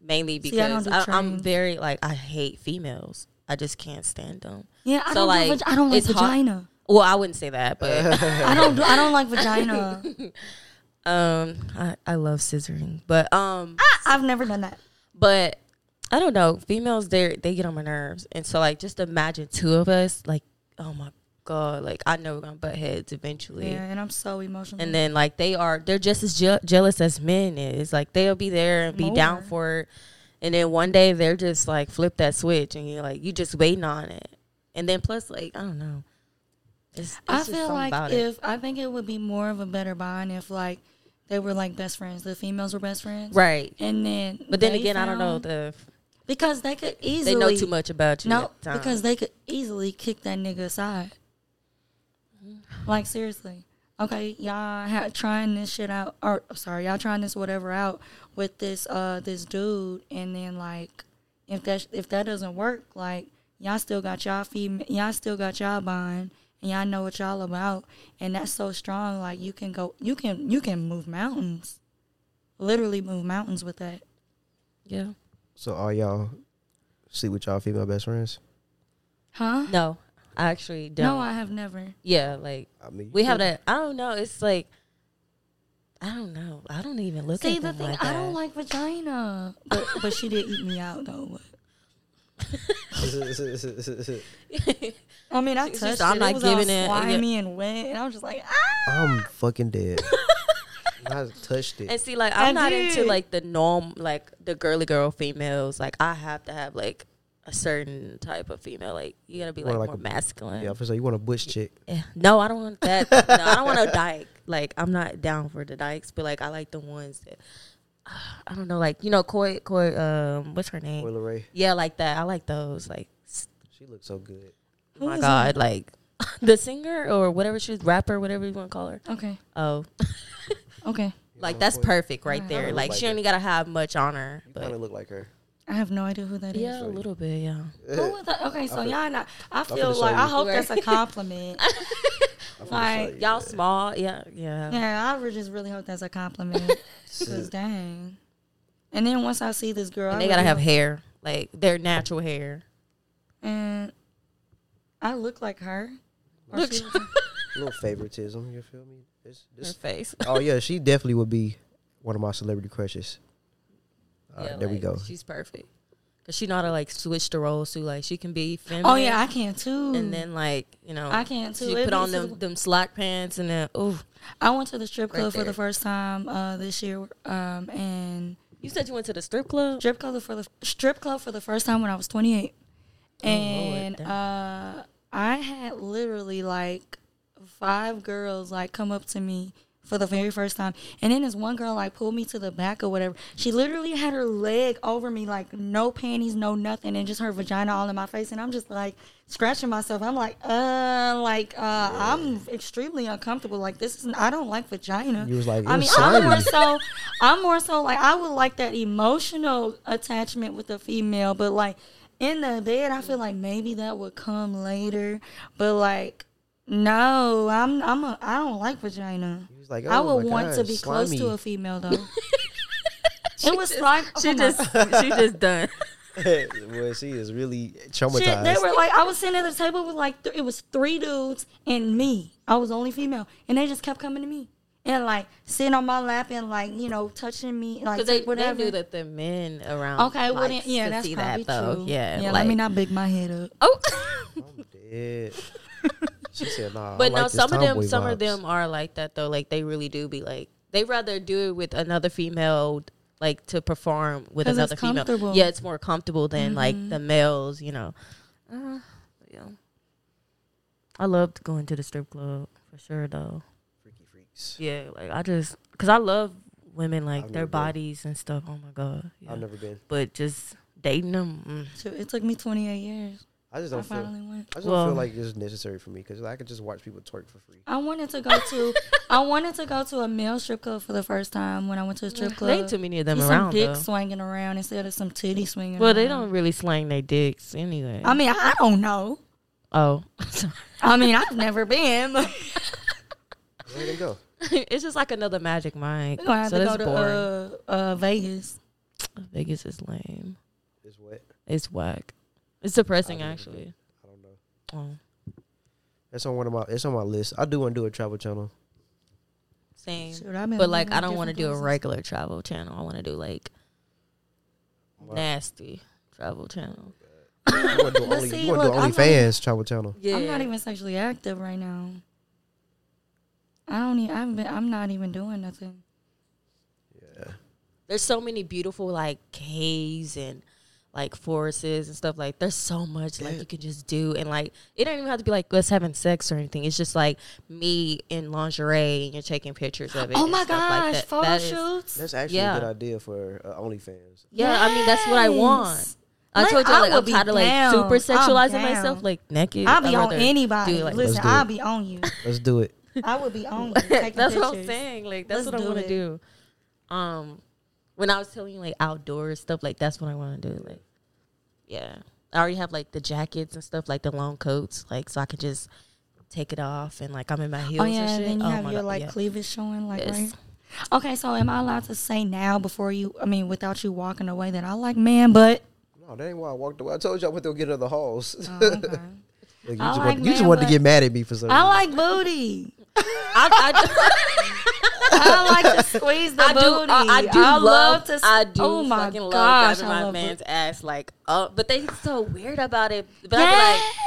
S2: mainly
S3: See, I don't
S2: because
S3: do
S2: I I'm
S3: trains.
S2: very like I hate females. I just can't stand them.
S3: yeah, I
S2: So,
S3: don't
S2: like,
S3: like, I don't like
S2: it's hard-
S3: vagina.
S2: Well, I wouldn't say that, but
S3: I don't do, I don't like vagina.
S2: <laughs> um I, I love scissoring. But um
S3: I've never done that.
S2: but I don't know. Females they they get on my nerves. And so like just imagine two of us like oh my god, like I know we're going to butt heads eventually.
S3: Yeah, and I'm so emotional.
S2: And then like they are, they're just as je- jealous as men is. Like they'll be there and be down
S3: More.
S2: for it, and then one day they're just like flip that switch, and you're like you just waiting on it. And then plus like I don't know, it's, it's
S3: I
S2: just
S3: feel
S2: something about
S3: like
S2: it.
S3: if I think it would be more of a better bond if like they were like best friends. The females were best friends,
S2: right.
S3: And then,
S2: But then
S3: they
S2: again, I don't know
S3: found-
S2: the
S3: because they could easily
S2: they know too much about you.
S3: No,
S2: at the time.
S3: because they could easily kick that nigga aside. Like seriously. Okay, y'all ha- trying this shit out, or sorry, y'all trying this whatever out with this uh this dude, and then like, if that if that doesn't work, like y'all still got y'all fem- y'all still got y'all bond, and y'all know what y'all about, and that's so strong. Like you can go, you can you can move mountains, literally move mountains with that.
S2: yeah,
S1: So all y'all sleep with y'all female best friends.
S3: Huh?
S2: No, I actually don't.
S3: No, I have never.
S2: yeah, like
S1: I mean, you
S2: we have
S1: <laughs> could-
S2: that. I don't know. It's like I don't know. I don't even look at
S3: See the
S2: them
S3: thing,
S2: like
S3: I don't
S2: that.
S3: like vagina, but but she did eat me out though. But. <laughs>
S2: <laughs>
S3: I mean, I
S2: She's
S3: touched
S2: just,
S3: it.
S2: "I'm
S3: it
S2: not
S3: was
S2: giving it- uh,
S3: all slimy and wet, and I was just like, ah.
S1: I'm fucking dead. I touched it.
S2: And see, like I'm
S3: I
S2: not into
S3: did.
S2: like the norm, like the girly girl females. Like I have to have like a certain type of female. Like you gotta be
S1: Or
S2: like,
S1: like
S2: more
S1: a-
S2: masculine.
S1: Yeah, for sure. You want a butch chick?
S2: Eh, No, I don't want that. no, I don't want a dyke. Like I'm not down for the dykes, but like I like the ones that <sighs> I don't know, like you know, Coy, Coy, um, what's her name?
S1: Willa Ray.
S2: Yeah, like that. I like those. Like, s-
S1: She looks so good.
S3: Who
S2: my
S3: is
S2: God, like <laughs> the singer or whatever she's rapper, whatever you want to call her.
S3: Okay,
S2: Oh,
S3: okay.
S1: You
S2: like
S1: know,
S2: that's
S1: Coy-
S2: perfect right
S3: Alright.
S2: there.
S1: Kinda
S2: Like
S1: like
S2: she
S1: her.
S2: only gotta have much on her.
S1: You kind
S2: But
S1: of look like
S2: <laughs>
S1: her.
S3: I have no idea who that is.
S2: yeah, a
S1: show you.
S2: little bit.
S3: <laughs>
S2: Yeah.
S1: <laughs>
S3: Who was that? Okay, so
S1: fin-
S3: y'all not. Eh, I feel
S1: finna show
S3: like I
S1: you.
S3: hope
S2: Right. <laughs>
S3: that's a compliment.
S1: I'm finna
S3: like,
S1: show you
S2: Y'all
S1: that.
S2: small. Yeah, yeah.
S3: yeah, I would just really hope that's
S2: <laughs>
S3: a compliment. Cause dang. And then once I see this girl,
S2: And
S3: I
S2: they gotta
S3: really
S2: have
S3: hope-
S2: hair, like their natural
S3: <laughs>
S2: hair.
S3: And I look like her. Or
S2: Look- <laughs>
S3: she looks like-
S1: little favoritism. You feel me? This,
S2: Their
S1: this.
S2: face.
S1: oh yeah, she definitely would be one of my celebrity crushes. All right,
S2: Yeah,
S1: there we
S2: like,
S1: go.
S2: She's perfect. Cause she know how to like switch the roles too. Like she can be feminine.
S3: oh yeah, I can too.
S2: and then like you know,
S3: I can too.
S2: she
S3: It
S2: put on
S3: be
S2: them
S3: so-
S2: them slack pants and then ooh.
S3: I went to the strip
S2: Right
S3: club for
S2: there.
S3: the first time uh, this year, um, and
S2: You said you went to the strip club.
S3: strip club for the strip club for the first time when I was 28,
S2: Oh,
S3: and
S2: damn.
S3: uh, I had literally like five girls like come up to me for the very first time, and then this one girl like pulled me to the back or whatever. She literally had her leg over me, like no panties, no nothing, and just her vagina all in my face, and I'm just like scratching myself. I'm like, uh, like uh, I'm extremely uncomfortable. Like this is I don't like vagina.
S1: You was like,
S3: I
S1: "Ew,
S3: mean, I'm
S1: slimy."
S3: more so, I'm more so like I would like that emotional attachment with the female, but like in the bed, I feel like maybe that would come later. But like, no, I'm I'm a, I don't like vagina.
S1: He was like,
S3: I
S1: "Oh
S3: would
S1: my
S3: want
S1: God,
S3: to be
S1: slimy."
S3: close to a female
S1: <laughs>
S3: though. it was like
S2: She
S3: oh my
S2: just
S3: <laughs>
S2: she just done.
S1: <laughs> well, she is really traumatized.
S3: Shit, they were like, I was sitting at the table with like, th- it was three dudes and me. I was the only female, and they just kept coming to me and like sitting on my lap and like you know touching me,
S2: <laughs>
S3: like
S2: Because they, they
S3: whatever.
S2: knew that the men around.
S3: okay, well then,
S2: likes
S3: yeah,
S2: to
S3: that's
S2: see
S3: probably
S2: that though.
S3: true.
S2: Yeah,
S3: yeah.
S2: like,
S3: let me not big my head up.
S2: Oh,
S1: I'm
S2: <laughs>
S1: dead. she said, "Nah." I
S2: but
S1: like
S2: no,
S1: this
S2: some of them,
S1: tomboy
S2: some of
S1: vibes.
S2: them are like that though. Like they really do be like they rather do it with another female, like to perform with
S3: 'Cause it's
S2: another female.
S3: comfortable. Mm-hmm.
S2: Yeah, it's more comfortable than like the males. You know. Uh, yeah. I loved going to the strip club for sure though.
S1: freaky freaks.
S2: Yeah, like I just because I love women like
S1: I've
S2: their
S1: never been.
S2: bodies and stuff. Oh my god. Yeah.
S1: I've never been.
S2: but just dating them. Mm.
S3: Shoot, It took me 28 years.
S1: I just
S3: I
S1: don't feel. I
S3: finally went.
S1: just
S2: Well-
S1: don't feel like it's necessary for me because I could just watch people twerk for free.
S3: I wanted to go to, I wanted to go to a male strip club for the first time when I went to a strip
S2: There ain't
S3: club.
S2: too many of them
S3: See some
S2: around
S3: dick
S2: though.
S3: swinging around instead of some titty swinging.
S2: Well, they
S3: around.
S2: don't really slang their dicks anyway.
S3: I mean, I don't know.
S2: oh,
S3: I mean, I've never been. <laughs> but-
S1: Where they go?
S2: <laughs> it's just like another Magic Mike.
S3: We're gonna have
S2: So
S3: to
S2: that's
S3: go to
S2: boring.
S3: uh, uh, Vegas.
S2: Vegas is lame.
S1: It's wet.
S2: It's whack. It's depressing
S1: I don't
S2: actually.
S1: I don't know.
S2: Oh,
S1: It's on one of my. It's on my list. I do want to do a travel channel.
S2: same.
S3: Shoot, I've been
S2: But like,
S3: living
S2: I don't want to
S3: different
S2: do a
S3: places.
S2: regular travel channel. I want to do like
S1: Wow.
S2: nasty travel channel.
S1: You want to do
S3: But
S1: only,
S3: see,
S1: you want to do
S3: look, I'm not
S1: OnlyFans travel channel.
S2: Yeah,
S3: I'm not even sexually active right now. I don't even. I've been. I'm not even doing nothing.
S1: Yeah.
S2: there's so many beautiful like caves and like forests and stuff like there's so much like
S1: Yeah.
S2: you can just do and like it don't even have to be like let's having sex or anything it's just like me in lingerie and you're taking pictures of it
S3: oh
S2: and
S3: my
S2: stuff
S3: gosh,
S2: like that.
S3: photo
S2: That is-
S3: shoots.
S1: That's actually
S2: Yeah.
S1: a good idea for uh, OnlyFans.
S2: yeah i mean that's what i want
S3: Yes.
S2: i
S3: Like,
S2: told you
S3: I
S2: like
S3: would
S2: i'm
S3: be
S2: tired of like
S3: down.
S2: super
S3: I'm
S2: sexualizing
S3: down.
S2: myself like naked
S3: I'll be
S2: I'd
S3: on
S2: rather
S3: anybody.
S2: do, like-
S1: Let's
S3: Listen,
S1: do
S3: I'll
S1: it.
S3: be on you.
S1: Let's do it.
S3: I would
S2: <laughs>
S3: be on you. Taking
S2: that's
S3: pictures.
S2: what I'm saying. Like that's
S3: Let's
S2: what I
S3: do
S2: want to
S3: it.
S2: do. Um, when I was telling you like outdoor stuff, like that's what I want to do. Like, yeah, I already have like the jackets and stuff, like the long coats, like so I can just take it off and like I'm in my heels
S3: Oh yeah,
S2: and shit.
S3: then you
S2: oh
S3: have
S2: my
S3: your
S2: God,
S3: like
S2: yeah.
S3: cleavage showing, like
S2: Yes.
S3: right. Okay, so am I allowed to say now before you? I mean, without you walking away, that I like man, but <laughs>
S1: No, that ain't why I walked away. I told you I went to get out of the halls. <laughs>
S3: oh, okay.
S1: Look, you
S3: I
S1: just,
S3: like
S1: want, you just
S3: man
S1: wanted to
S3: butt.
S1: get mad at me for something.
S3: I like booty. <laughs>
S2: I,
S3: I like to squeeze the
S2: I, I do.
S3: booty.
S2: I, I do love.
S3: s-
S2: I do.
S3: Oh my
S2: fucking love
S3: gosh,
S2: grabbing
S3: I
S2: my
S3: love
S2: man's
S3: booty.
S2: ass. Like, oh, but they so weird about it. But I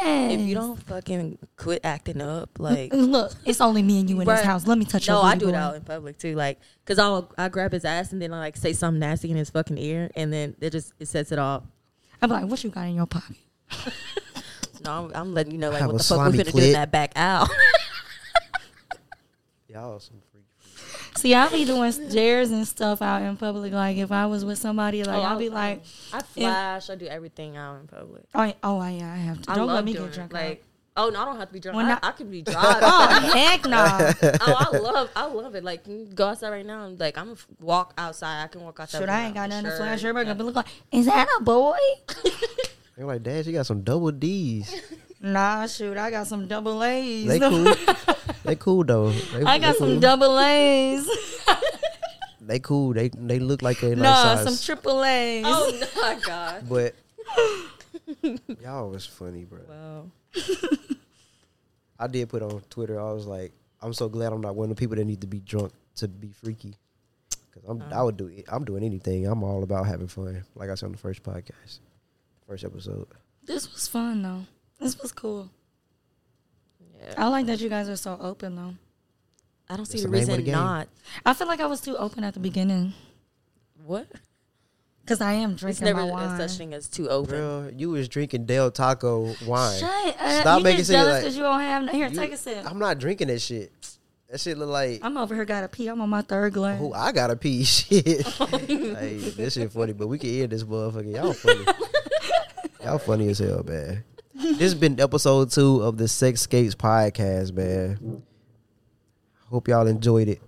S2: be like, if you don't fucking quit acting up, like,
S3: Look, it's only me and you in this
S2: Bruh.
S3: house. Let me touch
S2: no,
S3: your
S2: I
S3: booty.
S2: do it
S3: boy.
S2: out in public too. Like, cause I'll I grab his ass and then I like say something nasty in his fucking ear, and then it just it sets it off.
S3: I'm like, what you got in your pocket?
S2: No, I'm, I'm letting you know like
S1: Have
S2: what
S1: a
S2: the fuck we
S1: slimy
S2: finna do in
S1: clit.
S2: that back <laughs> out.
S1: Y'all are some freak.
S3: See, I be doing stares and stuff out in public. Like if I was with somebody, like
S2: Oh,
S3: I'll
S2: I-
S3: be like,
S2: I flash. I do everything out in public.
S3: oh, yeah, oh yeah, I have to.
S2: I
S3: Don't
S2: love
S3: let me
S2: doing
S3: get drunk.
S2: It. Like, oh no, I don't have to be drunk.
S3: When
S2: I,
S3: I-
S2: I can <laughs> be driving.
S3: out.
S2: oh,
S1: <laughs>
S3: oh heck no!
S2: I love, I love it. Like, you go outside right now. and like, I'm gonna f- walk outside. I can walk outside.
S3: Shoot, I ain't got nothing to flash. Everybody gonna
S2: But
S3: be look like, is that a boy?
S2: <laughs>
S1: They're like, Dad, you got some double D's.
S3: nah, shoot, I got some double A's.
S1: They cool. they cool though. They,
S3: <laughs> I
S1: they
S3: got
S1: cool.
S3: some double
S1: <laughs>
S3: A's. <laughs>
S1: They cool. They they look like they
S3: nah,
S1: like
S3: some
S1: size.
S3: triple A's.
S2: oh <laughs> my god.
S1: but y'all was funny, bro.
S2: Wow.
S1: I did put on Twitter. I was like, I'm so glad I'm not one of the people that need to be drunk to be freaky. Cause I'm,
S3: Uh-huh.
S1: I would do it. I'm doing anything. I'm all about having fun. Like I said on the first podcast, first episode.
S3: <laughs> This was fun though. This was cool.
S2: Yeah.
S3: I like that you guys are so open though.
S2: I don't see
S1: That's
S2: the
S1: the name of the
S2: reason
S1: game.
S2: not.
S3: I feel like I was too open at the beginning
S2: What?
S3: because I am
S2: It's
S3: drinking
S2: never
S3: my
S2: been
S3: wine.
S2: such thing as too open.
S1: Girl, you was drinking Del Taco wine.
S3: Shut up!
S1: Stop
S3: you
S1: making
S3: just
S1: shit
S3: jealous
S1: like-
S3: because you don't have. No, here,
S1: You-
S3: take a sip.
S1: I'm not drinking that shit. That shit look like
S3: I'm over here got a pee. I'm on my third glass.
S1: who I gotta pee. <laughs> Shit, hey, this shit funny, but we can end this motherfucker. Y'all funny. Y'all funny as hell, man. This has been episode two of the Sex Scapes podcast, man. Hope y'all enjoyed it.